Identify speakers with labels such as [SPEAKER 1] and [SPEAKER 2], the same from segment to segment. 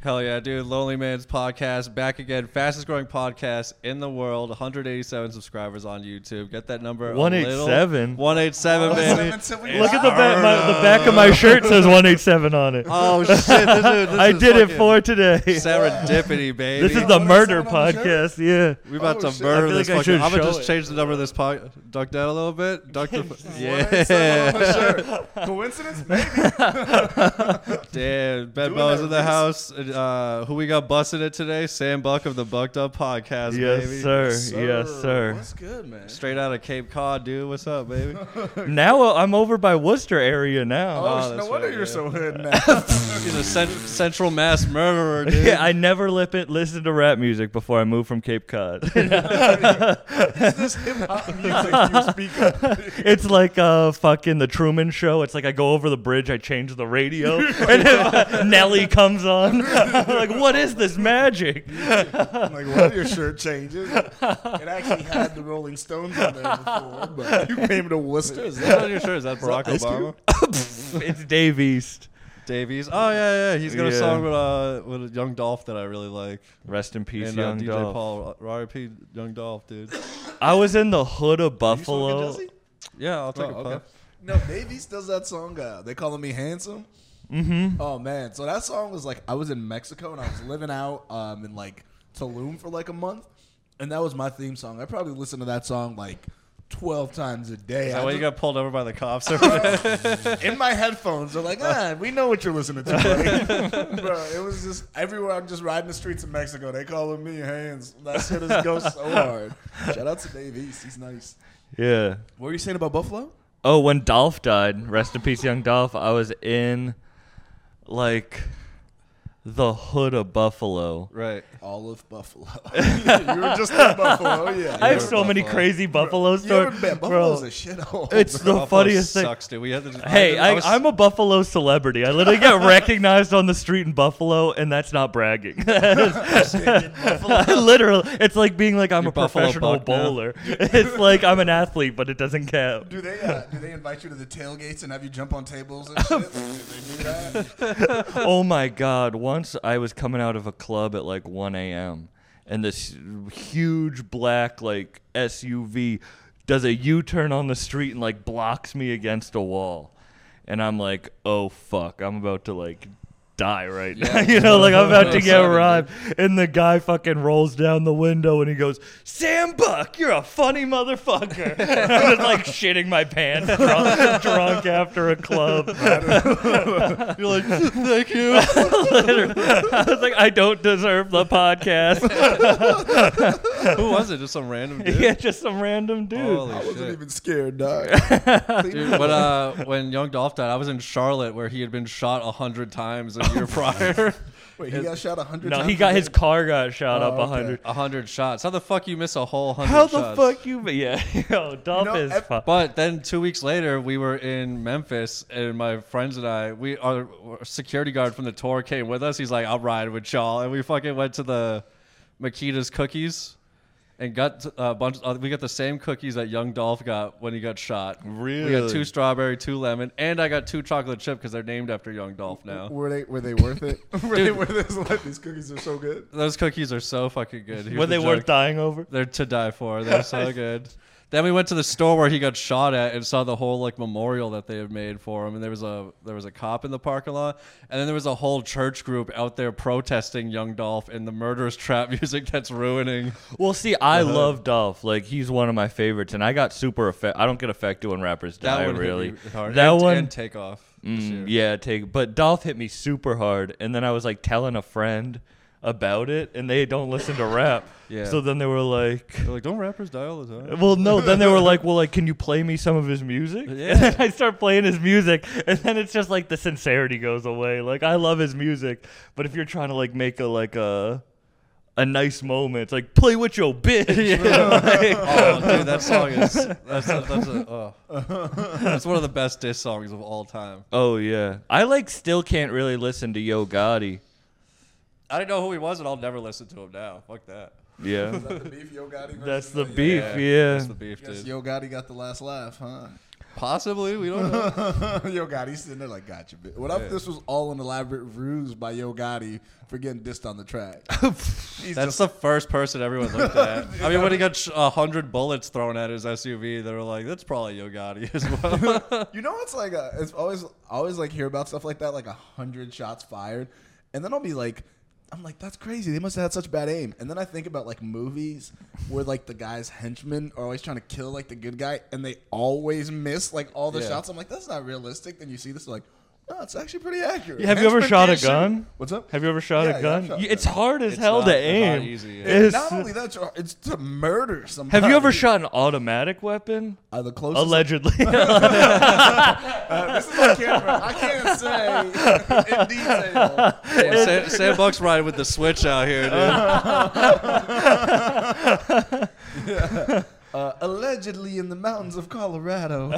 [SPEAKER 1] Hell yeah, dude. Lonely Man's podcast back again. Fastest growing podcast in the world. 187 subscribers on YouTube. Get that number. a little-
[SPEAKER 2] 187?
[SPEAKER 1] 187, baby.
[SPEAKER 3] 187 till we
[SPEAKER 2] Look at the
[SPEAKER 3] die.
[SPEAKER 2] back. My, the back of my shirt says 187 on it.
[SPEAKER 1] Oh, shit. This is, this
[SPEAKER 2] I
[SPEAKER 1] is
[SPEAKER 2] did it
[SPEAKER 1] fucking
[SPEAKER 2] for today. This
[SPEAKER 1] serendipity, baby.
[SPEAKER 2] is the murder
[SPEAKER 3] 187 on the
[SPEAKER 2] podcast. Yeah.
[SPEAKER 1] We about
[SPEAKER 3] Oh,
[SPEAKER 1] to
[SPEAKER 3] shit.
[SPEAKER 1] murder
[SPEAKER 2] I feel
[SPEAKER 1] this
[SPEAKER 2] like I
[SPEAKER 1] fucking.
[SPEAKER 2] should
[SPEAKER 1] I'm gonna
[SPEAKER 2] show
[SPEAKER 1] just
[SPEAKER 2] it.
[SPEAKER 1] change the number of this pod. Duck down a little bit. Duck the.
[SPEAKER 3] Someone on
[SPEAKER 1] yeah.
[SPEAKER 3] the shirt. Coincidence? Maybe.
[SPEAKER 1] Damn. Ben
[SPEAKER 3] Doing
[SPEAKER 1] Bo's
[SPEAKER 3] that
[SPEAKER 1] in the
[SPEAKER 3] with
[SPEAKER 1] house. Uh, who we got busting it today? Sam Buck of the Bucked Up Podcast,
[SPEAKER 2] Yes,
[SPEAKER 1] baby.
[SPEAKER 2] sir. Yes, sir.
[SPEAKER 3] What's good, man?
[SPEAKER 1] Straight out of Cape Cod, dude. What's up, baby?
[SPEAKER 2] Now uh, I'm over by Worcester area now. Uh,
[SPEAKER 1] Oh,
[SPEAKER 3] Oh, no
[SPEAKER 1] that's
[SPEAKER 3] wonder
[SPEAKER 1] right,
[SPEAKER 3] you're
[SPEAKER 1] yeah.
[SPEAKER 3] so hood now.
[SPEAKER 1] He's a cent- central mass murderer, dude.
[SPEAKER 2] Yeah, I never lip it, listened to rap music before I moved from Cape Cod.
[SPEAKER 3] Is this hip hop music you speak of?
[SPEAKER 2] it's like uh, fucking the Truman Show. It's like I go over the bridge, I change the radio, and if, uh, Nelly comes on. like, what is this magic?
[SPEAKER 3] I'm like, one of your shirt changes. It actually had the Rolling Stones on there before, but you came to Worcester. Is
[SPEAKER 1] That's
[SPEAKER 3] that
[SPEAKER 1] not even sure. Is that Barack
[SPEAKER 3] Ice Cube?
[SPEAKER 1] Obama?
[SPEAKER 2] It's Dave East.
[SPEAKER 1] Davies. Oh yeah, yeah. He's got a
[SPEAKER 2] Yeah.
[SPEAKER 1] song with uh with Young Dolph that I really like.
[SPEAKER 2] Rest in peace,
[SPEAKER 1] and
[SPEAKER 2] young
[SPEAKER 1] uh, DJ
[SPEAKER 2] Dolph.
[SPEAKER 1] Paul. R.I.P. Young Dolph, dude.
[SPEAKER 2] I was in the hood of
[SPEAKER 3] you smoking
[SPEAKER 2] Buffalo.
[SPEAKER 3] Jesse?
[SPEAKER 1] Yeah, I'll take a
[SPEAKER 3] Oh, okay.
[SPEAKER 1] puff.
[SPEAKER 3] No, Davies does that song. Uh, they calling me handsome. Mm-hmm. Oh man, so that song was like I was in Mexico and I was living out um, in like Tulum for like a month, and that was my theme song. I probably listened to that song like twelve times a day.
[SPEAKER 1] Is that
[SPEAKER 3] I
[SPEAKER 1] why you
[SPEAKER 3] just-
[SPEAKER 1] got pulled over by the cops? or what?
[SPEAKER 3] in my headphones. They're like, ah, we know what you're listening to, buddy. bro. It was just everywhere. I'm just riding the streets of Mexico. They calling me hands. That shit is go so hard. Shout out to Dave East. He's nice.
[SPEAKER 2] Yeah.
[SPEAKER 3] What were you saying about Buffalo?
[SPEAKER 2] Oh, when Dolph died, rest in peace, young Dolph. I was in like the hood of Buffalo.
[SPEAKER 1] right.
[SPEAKER 3] All of Buffalo. you were just in Buffalo. oh, Yeah.
[SPEAKER 2] I have
[SPEAKER 1] Yeah.
[SPEAKER 2] so many
[SPEAKER 1] Buffalo.
[SPEAKER 2] crazy Buffalo
[SPEAKER 3] You ever
[SPEAKER 2] stories.
[SPEAKER 3] been? Buffalo's a
[SPEAKER 2] Bro,
[SPEAKER 3] shithole.
[SPEAKER 2] it's
[SPEAKER 3] bro.
[SPEAKER 2] the
[SPEAKER 1] Buffalo
[SPEAKER 2] funniest thing.
[SPEAKER 1] Sucks, dude. We had to.
[SPEAKER 2] Hey, I,
[SPEAKER 1] was-
[SPEAKER 2] I'm a Buffalo celebrity. I literally get recognized on the street in Buffalo, and that's not bragging. I literally, it's like being like I'm
[SPEAKER 1] You're
[SPEAKER 2] a
[SPEAKER 1] Buffalo
[SPEAKER 2] professional
[SPEAKER 1] Buck now.
[SPEAKER 2] bowler. it's like I'm an athlete, but it doesn't count.
[SPEAKER 3] Do they uh, do they invite you to the tailgates and have you jump on tables and shit? do they do that?
[SPEAKER 2] oh my god once i was coming out of a club at like 1 a.m and this huge black like suv does a u-turn on the street and like blocks me against a wall and i'm like oh fuck i'm about to like die right now you know like i'm about to get
[SPEAKER 1] Excited, dude.
[SPEAKER 2] robbed and the guy fucking rolls down the window and he goes sam buck you're a funny motherfucker and i'm just like shitting my pants drunk, drunk after a club
[SPEAKER 1] You're like, thank you.
[SPEAKER 2] I was like, I don't deserve the podcast.
[SPEAKER 1] Who was it? Just some random dude.
[SPEAKER 2] yeah, just some random dude.
[SPEAKER 1] Holy
[SPEAKER 3] I wasn't
[SPEAKER 1] shit.
[SPEAKER 3] even scared, dog.
[SPEAKER 1] Dude, when uh, when Young Dolph died, I was in Charlotte where he had been shot a hundred times a year prior.
[SPEAKER 3] Wait, he got shot a hundred.
[SPEAKER 2] no,
[SPEAKER 3] times
[SPEAKER 2] he got
[SPEAKER 3] a
[SPEAKER 2] his
[SPEAKER 3] day?
[SPEAKER 2] car got shot
[SPEAKER 3] Oh,
[SPEAKER 2] up a
[SPEAKER 3] okay.
[SPEAKER 2] hundred.
[SPEAKER 1] A hundred shots. How the fuck you miss a whole hundred?
[SPEAKER 2] How the
[SPEAKER 1] shots? eh,
[SPEAKER 2] fuck you? Yeah, yo, Dolph
[SPEAKER 3] You know,
[SPEAKER 2] is
[SPEAKER 3] ev-
[SPEAKER 2] fu-
[SPEAKER 1] But then two weeks later, we were in Memphis, and my friends and I, we our our security guard from the tour came with us. He's like, "I'll ride with y'all," and we fucking went to the Makita's cookies, and got a bunch. uh, we got the same cookies that Young Dolph got when he got shot. We got
[SPEAKER 2] Really?
[SPEAKER 1] two strawberry, two lemon, and I got two chocolate chip because they're named after Young Dolph now.
[SPEAKER 3] Were they were they worth it? were they worth it? Like, these cookies are so good.
[SPEAKER 1] Those cookies are so fucking good. Here's
[SPEAKER 2] Were
[SPEAKER 1] the
[SPEAKER 2] they worth
[SPEAKER 1] joke.
[SPEAKER 2] dying over?
[SPEAKER 1] They're to die for. They're so good. Then we went to the store where he got shot at and saw the whole like memorial that they had made for him. And there was a there was a cop in the parking lot, and then there was a whole church group out there protesting Young Dolph and the murderous trap music that's ruining.
[SPEAKER 2] Well, see, I
[SPEAKER 1] Uh-huh.
[SPEAKER 2] love Dolph. Like, he's one of my favorites, and I got super affected. I don't get affected when rappers
[SPEAKER 1] That
[SPEAKER 2] die.
[SPEAKER 1] one hit me
[SPEAKER 2] really,
[SPEAKER 1] hard.
[SPEAKER 2] that
[SPEAKER 1] and,
[SPEAKER 2] one.
[SPEAKER 1] and takeoff. this year.
[SPEAKER 2] Mm, yeah, take. But Dolph hit me super hard, and then I was like telling a friend about it, and they don't listen to rap.
[SPEAKER 1] Yeah.
[SPEAKER 2] So then they were like.
[SPEAKER 1] They're like, don't rappers die all the time?
[SPEAKER 2] Well, no. Then they were like, "Well, like, can you play me some of his music?" And then I start playing his music, and then it's just like the sincerity goes away. Like, I love his music, but if you're trying to like make a like a a nice moment, it's like play with your bitch. Like,
[SPEAKER 1] Oh, dude, that song is that's a, that's a, oh. that's one of the best diss songs of all time.
[SPEAKER 2] oh yeah, I like still can't really listen to Yo Gotti.
[SPEAKER 1] I didn't know who he was, and I'll never listen to him now. Fuck that.
[SPEAKER 2] Yeah,
[SPEAKER 3] Is that the beef Yo Gotti versus
[SPEAKER 2] that's the
[SPEAKER 3] Yo-
[SPEAKER 2] beef. Yeah.
[SPEAKER 1] That's the beef,
[SPEAKER 3] Guess
[SPEAKER 1] dude.
[SPEAKER 3] Yo Gotti got the last laugh, huh?
[SPEAKER 1] Possibly, we don't know.
[SPEAKER 3] Yo Gotti's sitting there like, gotcha. Bitch. What if this was all an elaborate ruse by Yo Gotti for getting dissed on the track? He's
[SPEAKER 1] That's
[SPEAKER 3] just-
[SPEAKER 1] the first person everyone looked at. I mean, when he got sh- a hundred bullets thrown at his SUV, they were like, "That's probably Yo Gotti as well."
[SPEAKER 3] you know, it's like a, it's always I always like hear about stuff like that, like a hundred shots fired, and then I'll be like, I'm like, that's crazy. They must have had such bad aim. And then I think about like movies where like the guy's henchmen are always trying to kill like the good guy, and they always miss like all the
[SPEAKER 1] Yeah.
[SPEAKER 3] shots. I'm like, that's not realistic. Then you see this, like, no, it's actually pretty accurate.
[SPEAKER 2] Have you ever shot a
[SPEAKER 3] Henchmen can't shoot-
[SPEAKER 2] gun?
[SPEAKER 3] What's up?
[SPEAKER 2] Have you ever shot
[SPEAKER 3] Yeah, yeah,
[SPEAKER 2] a
[SPEAKER 3] I've
[SPEAKER 2] gun?
[SPEAKER 3] shot
[SPEAKER 2] Y-
[SPEAKER 3] a
[SPEAKER 2] it's
[SPEAKER 3] gun.
[SPEAKER 2] hard as
[SPEAKER 1] It's
[SPEAKER 2] hell
[SPEAKER 1] not-
[SPEAKER 2] to
[SPEAKER 1] it's not
[SPEAKER 2] aim.
[SPEAKER 1] easy, yeah.
[SPEAKER 2] It's-
[SPEAKER 3] Not only that, you're- it's to murder somebody.
[SPEAKER 2] have you ever shot an automatic weapon?
[SPEAKER 3] Uh, the closest.
[SPEAKER 2] Allegedly.
[SPEAKER 3] uh, this is on camera. I can't say in detail.
[SPEAKER 1] Yeah, Sam, Sam Buck's riding with the switch out here, dude.
[SPEAKER 3] Uh, allegedly in the mountains of Colorado.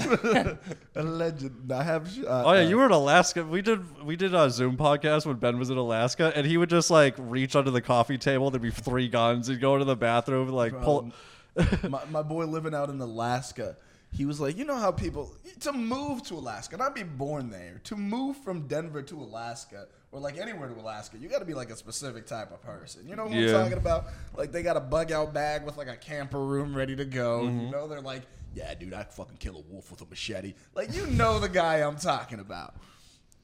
[SPEAKER 3] Alleged. I have. sh- Uh,
[SPEAKER 1] Oh yeah,
[SPEAKER 3] uh,
[SPEAKER 1] you were in Alaska. We did we did a Zoom podcast when Ben was in Alaska, and he would just like reach under the coffee table. There'd be three guns. He'd go into the bathroom, and, like pull.
[SPEAKER 3] um, my, my boy living out in Alaska. He was like, you know how people to move to Alaska, not be born there, to move from Denver to Alaska or like anywhere to Alaska, you got to be like a specific type of person. You know what
[SPEAKER 2] Yeah.
[SPEAKER 3] I'm talking about? Like they got a bug out bag with like a camper room ready to go.
[SPEAKER 1] Mm-hmm.
[SPEAKER 3] You know they're like, yeah, dude, I fucking kill a wolf with a machete. Like you know the guy I'm talking about.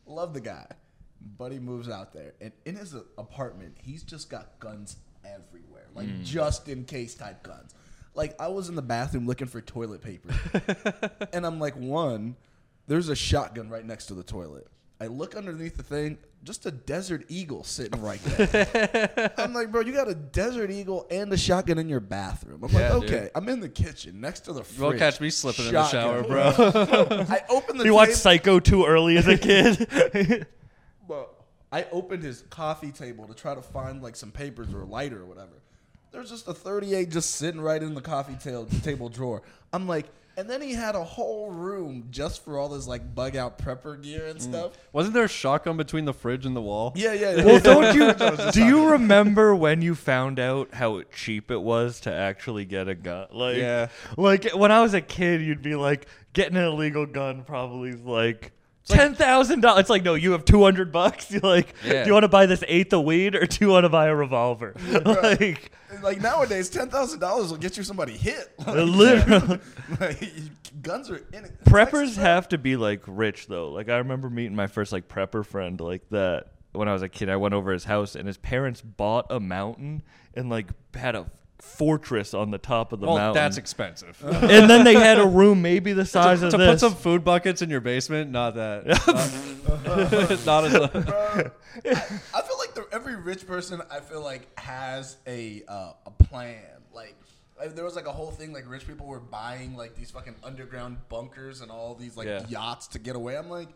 [SPEAKER 3] Love the guy. Buddy moves out there, and in his apartment, he's just got guns everywhere, like
[SPEAKER 1] Mm.
[SPEAKER 3] just in case type guns. Like I was in the bathroom looking for toilet paper, and I'm like, one, there's a shotgun right next to the toilet. I look underneath the thing, just a desert eagle sitting right there. I'm like, bro, you got a desert eagle and a shotgun in your bathroom. I'm
[SPEAKER 1] Yeah,
[SPEAKER 3] like,
[SPEAKER 1] dude.
[SPEAKER 3] okay, I'm in the kitchen next to the fridge.
[SPEAKER 1] You'll catch me slipping
[SPEAKER 3] Shotgun.
[SPEAKER 1] in the shower, bro.
[SPEAKER 3] I opened the
[SPEAKER 2] you watched
[SPEAKER 3] table-
[SPEAKER 2] Psycho too early as a kid.
[SPEAKER 3] Well, I opened his coffee table to try to find like some papers or a lighter or whatever. There's just a 38 just sitting right in the coffee ta- table drawer. I'm like, and then he had a whole room just for all this like bug out prepper gear and stuff.
[SPEAKER 1] Wasn't there a shotgun between the fridge and the wall?
[SPEAKER 3] Yeah, yeah. yeah.
[SPEAKER 2] well, don't you? Do you remember when you found out how cheap it was to actually get a gun? Like,
[SPEAKER 1] Yeah.
[SPEAKER 2] like when I was a kid, you'd be like, getting an illegal gun probably is like. Ten thousand dollars. It's like no, you have two hundred bucks. You're like,
[SPEAKER 1] Yeah.
[SPEAKER 2] do you want to buy this eighth of weed or do you want to buy a revolver? like,
[SPEAKER 3] like nowadays, ten thousand dollars will get you somebody hit.
[SPEAKER 2] literally.
[SPEAKER 3] Like, guns are in it.
[SPEAKER 2] preppers have to be like rich though. Like I remember meeting my first like prepper friend like that when I was a kid. I went over his house and his parents bought a mountain and like had a fortress on the top of the
[SPEAKER 1] Well,
[SPEAKER 2] mountain.
[SPEAKER 1] that's expensive.
[SPEAKER 3] Uh,
[SPEAKER 2] and then they had a room maybe the size
[SPEAKER 1] to
[SPEAKER 2] of
[SPEAKER 1] to put
[SPEAKER 2] this.
[SPEAKER 1] some food buckets in your basement, not that. not, not as.
[SPEAKER 3] I feel like the, every rich person I feel like has a uh, a plan. Like like, there was like a whole thing like rich people were buying like these fucking underground bunkers and all these like
[SPEAKER 1] Yeah.
[SPEAKER 3] yachts to get away. I'm like,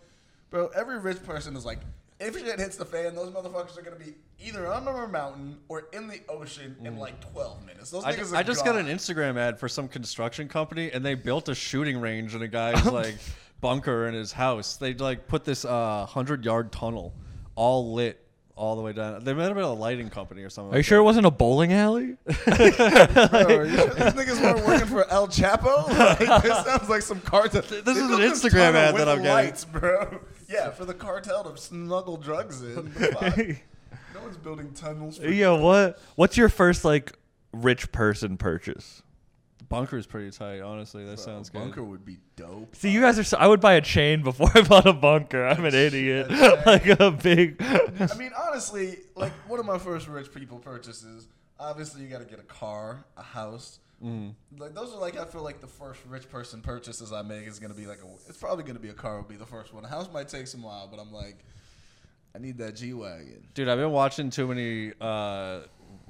[SPEAKER 3] bro, every rich person is like, if shit hits the fan, those motherfuckers are gonna be either on a mountain or in the ocean in like 12 minutes. Those
[SPEAKER 1] Mm. I,
[SPEAKER 3] niggas.
[SPEAKER 1] I just got an
[SPEAKER 3] instant.
[SPEAKER 1] Instagram ad for some construction company, and they built a shooting range in a guy's
[SPEAKER 2] Oh.
[SPEAKER 1] like bunker in his house. They like put this uh, hundred yard tunnel, all lit all the way down. They might have been a lighting company or something.
[SPEAKER 2] Are you sure it wasn't a bowling alley?
[SPEAKER 3] Bro, are you sure these niggas weren't working for El Chapo? Like, this sounds like some cartel. This
[SPEAKER 1] is an Instagram ad that I'm getting.
[SPEAKER 3] lights, bro. Yeah, for the cartel to snuggle drugs in. Fuck. no one's building tunnels. For
[SPEAKER 2] yeah. What? What's your first like rich person purchase?
[SPEAKER 1] The bunker is pretty tight, honestly. That sounds
[SPEAKER 3] a
[SPEAKER 1] good.
[SPEAKER 3] bunker would be dope.
[SPEAKER 2] See, you guys are. So, I would buy a chain before I bought a bunker. I'm an idiot. like a big.
[SPEAKER 3] I mean, honestly, like one of my first rich people purchases. Obviously, you got to get a car, a house.
[SPEAKER 1] Mm-hmm.
[SPEAKER 3] Like those are like I feel like the first rich person purchases I make is gonna be like a. It's probably gonna be a car would be the first one. A house might take some while, but I'm like, I need that G wagon.
[SPEAKER 1] Dude, I've been watching too many uh,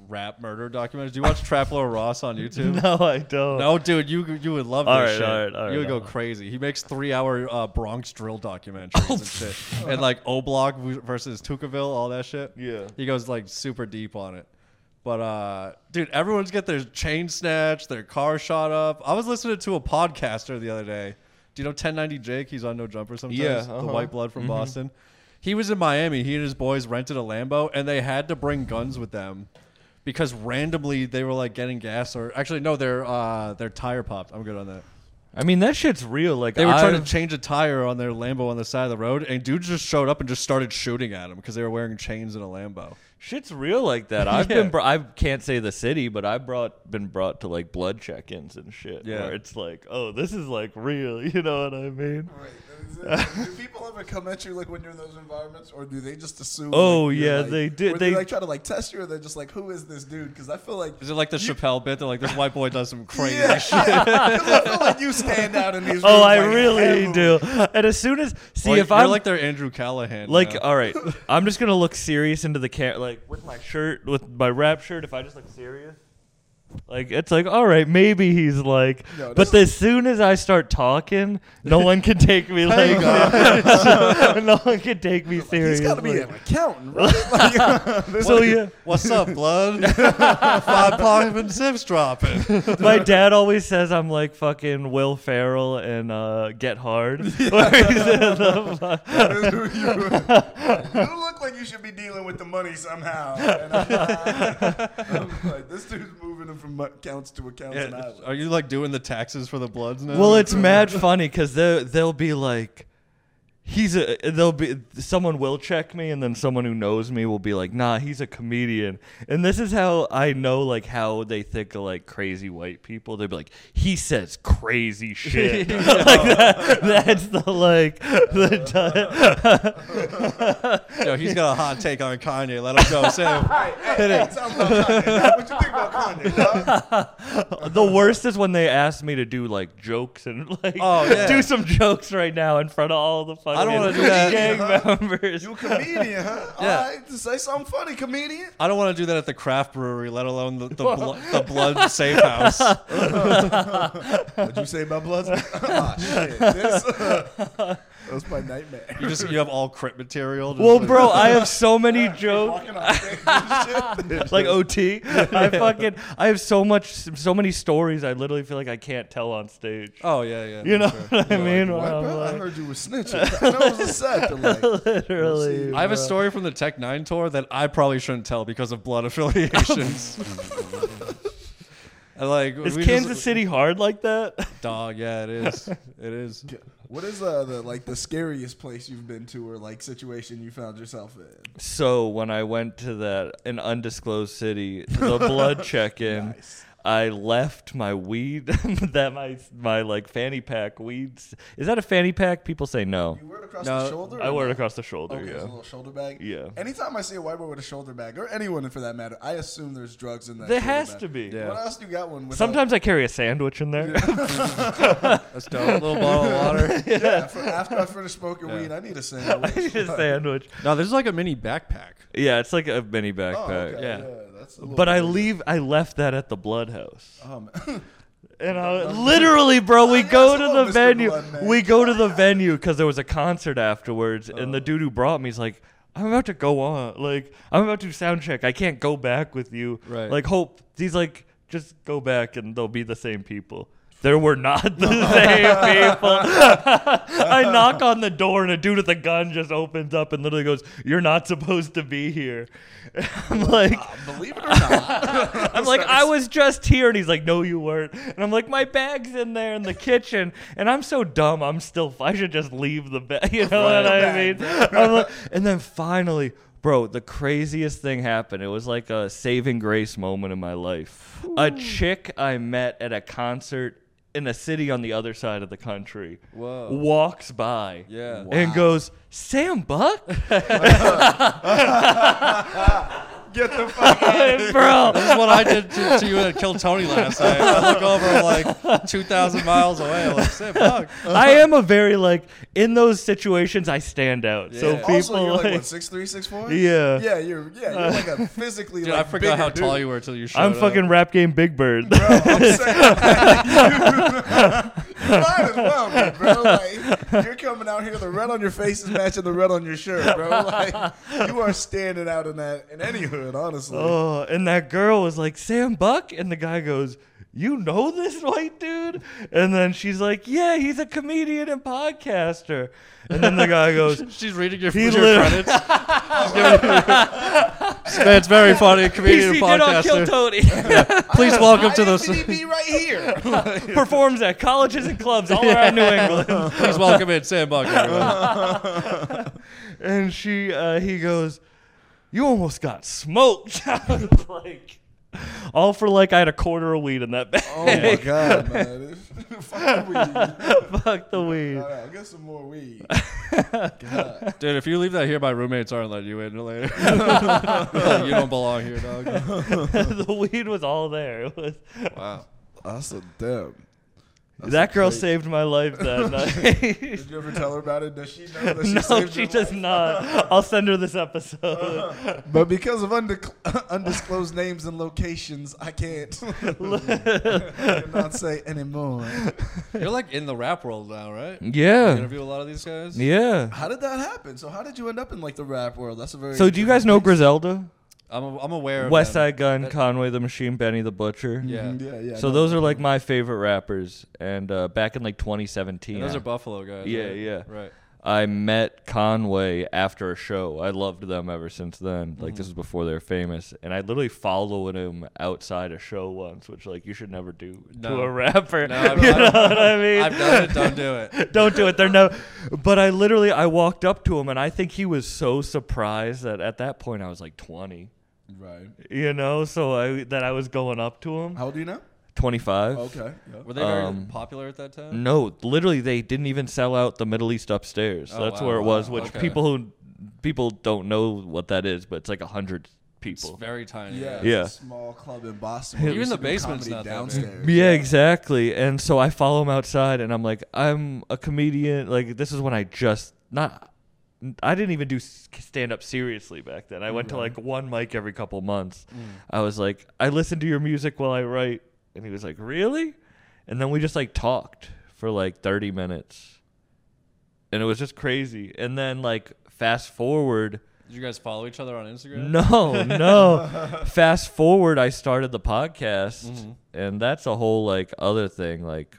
[SPEAKER 1] rap murder documentaries. Do you watch Trapler Ross on YouTube?
[SPEAKER 2] No, I don't.
[SPEAKER 1] No, dude, you you would love this
[SPEAKER 2] All right,
[SPEAKER 1] shit.
[SPEAKER 2] all right, all right,
[SPEAKER 1] you would
[SPEAKER 2] all
[SPEAKER 1] go
[SPEAKER 2] right.
[SPEAKER 1] crazy. He makes three-hour uh, Bronx drill documentaries and shit, and like O Block v- versus Tukaville, all that shit.
[SPEAKER 2] Yeah.
[SPEAKER 1] he goes like super deep on it. But uh, dude, everyone's got their chain snatched, their car shot up. I was listening to a podcaster the other day. Do you know 1090 Jake? He's on No Jumper sometimes.
[SPEAKER 2] Yeah,
[SPEAKER 1] the
[SPEAKER 2] uh-huh.
[SPEAKER 1] white blood from Boston. He was in Miami. He and his boys rented a Lambo, and they had to bring guns with them because randomly they were like getting gas or actually no, their uh, their tire popped. I'm good on that.
[SPEAKER 2] I mean, that shit's real. Like
[SPEAKER 1] They were trying to
[SPEAKER 2] I've-
[SPEAKER 1] change a tire on their Lambo on the side of the road, and dudes just showed up and just started shooting at them because they were wearing chains in a Lambo.
[SPEAKER 2] Shit's real like that. I've
[SPEAKER 1] Yeah.
[SPEAKER 2] been br- I can't say the city, but I've brought been brought to like blood check-ins and shit.
[SPEAKER 1] Yeah.
[SPEAKER 2] where it's like, oh, this is like real. You know what I mean?
[SPEAKER 3] Right. do people ever come at you like when you're in those environments, or do they just assume?
[SPEAKER 2] Oh,
[SPEAKER 3] like, you're,
[SPEAKER 2] yeah,
[SPEAKER 3] like-
[SPEAKER 2] they did-
[SPEAKER 3] Or
[SPEAKER 2] they-
[SPEAKER 3] like try to like test you, or they're just like, "Who is this dude?" Because I feel like
[SPEAKER 1] Is it like the Chappelle bit? They're like, this white boy does some crazy
[SPEAKER 3] yeah,
[SPEAKER 1] shit.
[SPEAKER 3] 'Cause I feel like you stand out in these.
[SPEAKER 2] Oh,
[SPEAKER 3] rooms,
[SPEAKER 2] I
[SPEAKER 3] like,
[SPEAKER 2] really
[SPEAKER 3] heavily.
[SPEAKER 2] do. And as soon as see
[SPEAKER 1] Or
[SPEAKER 2] if
[SPEAKER 1] you're
[SPEAKER 2] I'm
[SPEAKER 1] like their Andrew Callahan.
[SPEAKER 2] Like,
[SPEAKER 1] now.
[SPEAKER 2] all right, I'm just gonna look serious into the camera, like with my shirt, with my rap shirt. If I just look serious, like it's like, all right, maybe he's like.
[SPEAKER 3] No,
[SPEAKER 2] but
[SPEAKER 3] no.
[SPEAKER 2] as soon as I start talking, no one can take me
[SPEAKER 1] Hey,
[SPEAKER 2] like, no one can take me
[SPEAKER 3] Like, he's
[SPEAKER 2] seriously.
[SPEAKER 3] got to be an accountant, right? Like, this
[SPEAKER 2] so
[SPEAKER 3] dude-
[SPEAKER 2] yeah,
[SPEAKER 1] what's up, blood? Five pop and zips dropping.
[SPEAKER 2] my dad always says I'm like fucking Will Ferrell and uh, Get Hard.
[SPEAKER 3] that is who you are. You look like you should be dealing with the money somehow. And I'm, not. I'm like, this dude's moving him from accounts to accounts and
[SPEAKER 1] Yeah,
[SPEAKER 3] islands.
[SPEAKER 1] Are you like doing the taxes for the bloods now?
[SPEAKER 2] Well, it's mad funny because they they'll be like, he's a they'll be someone will check me, and then someone who knows me will be like, nah, he's a comedian, and this is how I know like how they think of like crazy white people. They'll be like, he says crazy shit. like that, that's the like the
[SPEAKER 1] Yo, he's got a hot take on Kanye. Let him go, Sam.
[SPEAKER 3] Hey, hey, hey, tell me about Kanye. Now, What you think about Kanye? dog?
[SPEAKER 2] the worst is when they ask me to do like jokes and like
[SPEAKER 1] Oh, yeah.
[SPEAKER 2] do some jokes right now in front of all the fucking
[SPEAKER 1] I don't wanna do that.
[SPEAKER 2] gang members.
[SPEAKER 3] You a comedian, huh?
[SPEAKER 1] Yeah.
[SPEAKER 3] All right, say something funny, comedian.
[SPEAKER 1] I don't want to do that at the craft brewery, let alone the, the, blo- the blood safe house.
[SPEAKER 3] What'd you say about Bloods? oh, shit. This, uh, that was my nightmare.
[SPEAKER 1] You just you have all crit material. just
[SPEAKER 2] Well,
[SPEAKER 1] like-
[SPEAKER 2] bro, I have so many jokes.
[SPEAKER 3] Walking on stage and shit.
[SPEAKER 2] Like OT, I fucking I have so much, so many stories. I literally feel like I can't tell on stage.
[SPEAKER 1] Oh yeah, yeah.
[SPEAKER 2] You
[SPEAKER 1] for
[SPEAKER 2] know
[SPEAKER 1] sure.
[SPEAKER 2] what I
[SPEAKER 1] Yeah.
[SPEAKER 2] mean?
[SPEAKER 3] What,
[SPEAKER 2] Well, I'm
[SPEAKER 3] bro? I
[SPEAKER 2] like-
[SPEAKER 3] heard you were snitching. I know it was a set, but like,
[SPEAKER 2] Literally,
[SPEAKER 1] I have a story from the Tech Nine tour that I probably shouldn't tell because of blood affiliations. And, like
[SPEAKER 2] is
[SPEAKER 1] we
[SPEAKER 2] Kansas
[SPEAKER 1] just-
[SPEAKER 2] City hard like that?
[SPEAKER 1] dog? Yeah, it is. It is.
[SPEAKER 3] What is uh, the like the scariest place you've been to or like situation you found yourself in?
[SPEAKER 2] So when I went to that an undisclosed city, the blood check-in,
[SPEAKER 3] Nice.
[SPEAKER 2] I left my weed that my my like fanny pack weeds. Is that a fanny pack? People say no.
[SPEAKER 3] You wear it across
[SPEAKER 1] No,
[SPEAKER 3] the shoulder?
[SPEAKER 2] I
[SPEAKER 3] or
[SPEAKER 2] wear it
[SPEAKER 3] not?
[SPEAKER 2] across the shoulder.
[SPEAKER 3] Okay, it's a
[SPEAKER 2] yeah.
[SPEAKER 3] little shoulder bag.
[SPEAKER 2] Yeah.
[SPEAKER 3] Anytime I see a white boy with a shoulder bag, or anyone for that matter, I assume there's drugs in that.
[SPEAKER 2] There
[SPEAKER 3] shoulder
[SPEAKER 2] has
[SPEAKER 3] bag.
[SPEAKER 2] to be.
[SPEAKER 1] Yeah.
[SPEAKER 3] What else do you got one? Without,
[SPEAKER 2] Sometimes I carry a sandwich in there.
[SPEAKER 1] That's dope. A little bottle of water.
[SPEAKER 3] yeah. for- after I finish smoking
[SPEAKER 1] Yeah.
[SPEAKER 3] weed, I need a sandwich.
[SPEAKER 2] I need a sandwich.
[SPEAKER 1] No, there's like a mini backpack.
[SPEAKER 2] Yeah, it's like a mini
[SPEAKER 3] Oh,
[SPEAKER 2] backpack.
[SPEAKER 3] okay,
[SPEAKER 1] Yeah.
[SPEAKER 3] that's a little
[SPEAKER 2] But I
[SPEAKER 3] weird.
[SPEAKER 2] leave. I left that at the Blood House,
[SPEAKER 3] Um,
[SPEAKER 2] and I literally, bro, we
[SPEAKER 3] Oh, yes,
[SPEAKER 2] go to
[SPEAKER 3] hello,
[SPEAKER 2] the
[SPEAKER 3] Mr.
[SPEAKER 2] venue.
[SPEAKER 3] Blood Man.
[SPEAKER 2] We go to the venue because there was a concert afterwards, and
[SPEAKER 3] Oh.
[SPEAKER 2] the dude who brought me's like, "I'm about to go on. Like, I'm about to sound check. I can't go back with you.
[SPEAKER 1] Right.
[SPEAKER 2] Like, hope he's like, just go back, and they'll be the same people." There were not the same people. I knock on the door and a dude with a gun just opens up and literally goes, "You're not supposed to be here." I'm like,
[SPEAKER 3] believe it or not,
[SPEAKER 2] I'm like, I was just here. And he's like, no, you weren't. And I'm like, my bag's in there in the kitchen. And I'm so dumb. I'm still, I should just leave the bag. You know what I
[SPEAKER 3] Right.
[SPEAKER 2] mean? I'm like, and then finally, bro, the craziest thing happened. It was like a saving grace moment in my life. A chick I met at a concert in a city on the other side of the country
[SPEAKER 1] Whoa.
[SPEAKER 2] walks by
[SPEAKER 1] Yeah.
[SPEAKER 2] and goes, Sam Buck?
[SPEAKER 3] get the fuck out.
[SPEAKER 2] bro.
[SPEAKER 1] This is what I did to, to you at Kill Tony last night. I look over I'm like 2,000 miles away. I'm like, "Sit, fuck.
[SPEAKER 2] I am a very like in those situations I stand out. So
[SPEAKER 1] Yeah.
[SPEAKER 2] people
[SPEAKER 3] Also, you're like,
[SPEAKER 2] like,
[SPEAKER 3] what six three, six four?
[SPEAKER 2] Yeah.
[SPEAKER 3] yeah, you're yeah, you're like a physically.
[SPEAKER 1] Dude,
[SPEAKER 3] like,
[SPEAKER 1] I forgot how
[SPEAKER 3] bigger
[SPEAKER 1] tall
[SPEAKER 3] dude.
[SPEAKER 1] you were till you showed
[SPEAKER 2] I'm
[SPEAKER 1] up.
[SPEAKER 2] fucking rap game Big Bird.
[SPEAKER 3] bro. I'm saying, you might as well, be, bro. Like, you're coming out here, the red on your face is matching the red on your shirt, bro. Like, you are standing out in that in any hood, honestly.
[SPEAKER 2] oh, and that girl was like Sam Buck, and the guy goes, "You know this white dude?" And then she's like, "Yeah, he's a comedian and podcaster." And then the guy goes,
[SPEAKER 1] She's reading your,
[SPEAKER 2] He
[SPEAKER 1] your
[SPEAKER 2] lit-
[SPEAKER 1] credits. She's giving you- it's very funny. Comedian
[SPEAKER 2] PC did on Kill
[SPEAKER 1] podcaster.
[SPEAKER 2] Tony.
[SPEAKER 1] Please welcome to the.
[SPEAKER 3] IMDb right here.
[SPEAKER 2] Performs at colleges and clubs all around New England.
[SPEAKER 1] Please welcome in Sam Buck. everyone.
[SPEAKER 2] And she, uh, he goes, "You almost got smoked." I was like, all for like I had a quarter of weed in that bag.
[SPEAKER 3] Oh my god, man! Fuck the weed.
[SPEAKER 2] Fuck the weed.
[SPEAKER 3] All right, I'll get some more weed.
[SPEAKER 1] Dude, if you leave that here, my roommates aren't letting you in later. you don't belong here, dog.
[SPEAKER 2] the weed was all there. It was,
[SPEAKER 1] Wow.
[SPEAKER 3] That's a dip.
[SPEAKER 2] that girl
[SPEAKER 3] great-
[SPEAKER 2] saved my life that night.
[SPEAKER 3] Did you ever tell her about it? Does she know that she
[SPEAKER 2] no,
[SPEAKER 3] saved
[SPEAKER 2] she
[SPEAKER 3] your
[SPEAKER 2] does
[SPEAKER 3] life?
[SPEAKER 2] not. I'll send her this episode.
[SPEAKER 3] But because of undec- undisclosed names and locations, I can't. I cannot say anymore.
[SPEAKER 1] You're like in the rap world now, right? You
[SPEAKER 2] yeah.
[SPEAKER 1] interview a lot of these guys?
[SPEAKER 2] Yeah.
[SPEAKER 3] How did that happen? So how did you end up in like the rap world? That's a very.
[SPEAKER 2] So do you guys know Griselda?
[SPEAKER 1] I'm, a, I'm aware of
[SPEAKER 2] West
[SPEAKER 1] them.
[SPEAKER 2] Side Gun,
[SPEAKER 1] That-
[SPEAKER 2] Conway the Machine, Benny the Butcher.
[SPEAKER 1] Yeah.
[SPEAKER 3] Mhm, Yeah, yeah.
[SPEAKER 2] So
[SPEAKER 3] no.
[SPEAKER 2] those are like my favorite rappers. And uh, back in like 2017,
[SPEAKER 1] And Those are Buffalo guys.
[SPEAKER 2] Yeah,
[SPEAKER 1] right?
[SPEAKER 2] yeah.
[SPEAKER 1] Right.
[SPEAKER 2] I met Conway after a show. I loved them ever since then. Like
[SPEAKER 1] Mm-hmm.
[SPEAKER 2] this was before they were famous, and I literally followed him outside a show once, which like you should never do to
[SPEAKER 1] No.
[SPEAKER 2] a rapper.
[SPEAKER 1] No, I've-
[SPEAKER 2] you know
[SPEAKER 1] I've-
[SPEAKER 2] what I mean?
[SPEAKER 1] I've done it. Don't do it.
[SPEAKER 2] Don't do it. They're no. But I literally I walked up to him, and I think he was so surprised that at that point I was like 20.
[SPEAKER 3] Right.
[SPEAKER 2] You know, so I that I was going up to him.
[SPEAKER 3] How old are you now?
[SPEAKER 2] 25.
[SPEAKER 3] Okay. yeah.
[SPEAKER 1] Were they very
[SPEAKER 2] Um,
[SPEAKER 1] popular at that time?
[SPEAKER 2] No, literally, they didn't even sell out the Middle East upstairs.
[SPEAKER 1] Oh,
[SPEAKER 2] That's
[SPEAKER 1] wow,
[SPEAKER 2] where it
[SPEAKER 1] wow,
[SPEAKER 2] was, which
[SPEAKER 1] okay.
[SPEAKER 2] people who people don't know what that is, but it's like a hundred
[SPEAKER 1] It's
[SPEAKER 2] people.
[SPEAKER 1] very tiny.
[SPEAKER 3] Yeah.
[SPEAKER 1] Yeah.
[SPEAKER 3] it's
[SPEAKER 2] Yeah.
[SPEAKER 3] a small club in Boston. where we
[SPEAKER 1] Even
[SPEAKER 3] used
[SPEAKER 1] the
[SPEAKER 3] to do
[SPEAKER 1] basement's
[SPEAKER 3] comedy
[SPEAKER 1] not that big.
[SPEAKER 3] downstairs.
[SPEAKER 2] Yeah, exactly. And so I follow him outside, and I'm like, I'm a comedian. Like this is when I just not. I didn't even do stand up seriously back then. I went to like one mic every couple months. I was like, I listen to your music while I write, and he was like, really? And then we just like talked for like 30 minutes, and it was just crazy. And then like fast forward.
[SPEAKER 1] Did you guys follow each other on Instagram?
[SPEAKER 2] No, no. Fast forward, I started the podcast, and that's a whole like other thing. Like,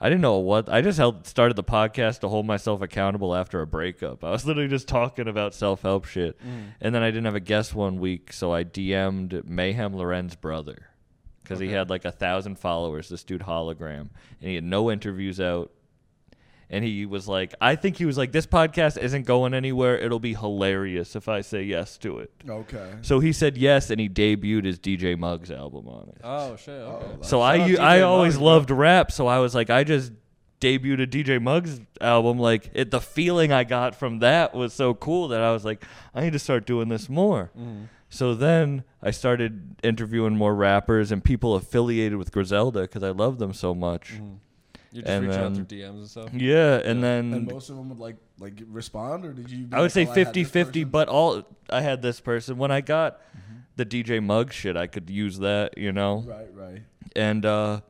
[SPEAKER 2] I didn't know what I just held started the podcast to hold myself accountable after a breakup. I was literally just talking about self help shit, and then I didn't have a guest one week, so I DM'd Mayhem Loren's brother because he had like a thousand followers. This dude hologram, and he had no interviews out. And he was like, I think he was like, this podcast isn't going anywhere. It'll be hilarious if I say yes to it.
[SPEAKER 3] Okay.
[SPEAKER 2] So he said yes, and he debuted his DJ Muggs album on it.
[SPEAKER 1] Oh shit. Okay.
[SPEAKER 2] so I,
[SPEAKER 1] shout out
[SPEAKER 2] u-
[SPEAKER 1] DJ
[SPEAKER 2] I always
[SPEAKER 1] Muggs, bro.
[SPEAKER 2] loved rap, so I was like, I just debuted a DJ Muggs album. Like it, the feeling I got from that was so cool that I was like, I need to start doing this more. So then I started interviewing more rappers and people affiliated with Griselda because I love them so much.
[SPEAKER 1] you just
[SPEAKER 2] and
[SPEAKER 1] reach out through
[SPEAKER 2] then- Mm.
[SPEAKER 1] DMs and stuff.
[SPEAKER 2] Yeah, and
[SPEAKER 3] And
[SPEAKER 2] then
[SPEAKER 3] most of them would like like respond, or did you? be
[SPEAKER 2] Mm. I would
[SPEAKER 3] like,
[SPEAKER 2] say
[SPEAKER 3] "Oh, had this
[SPEAKER 2] 50 50,
[SPEAKER 3] person"?
[SPEAKER 2] but all I had this person when I got the DJ Muggs shit, I could use that, you know?
[SPEAKER 3] Right, right.
[SPEAKER 2] and uh,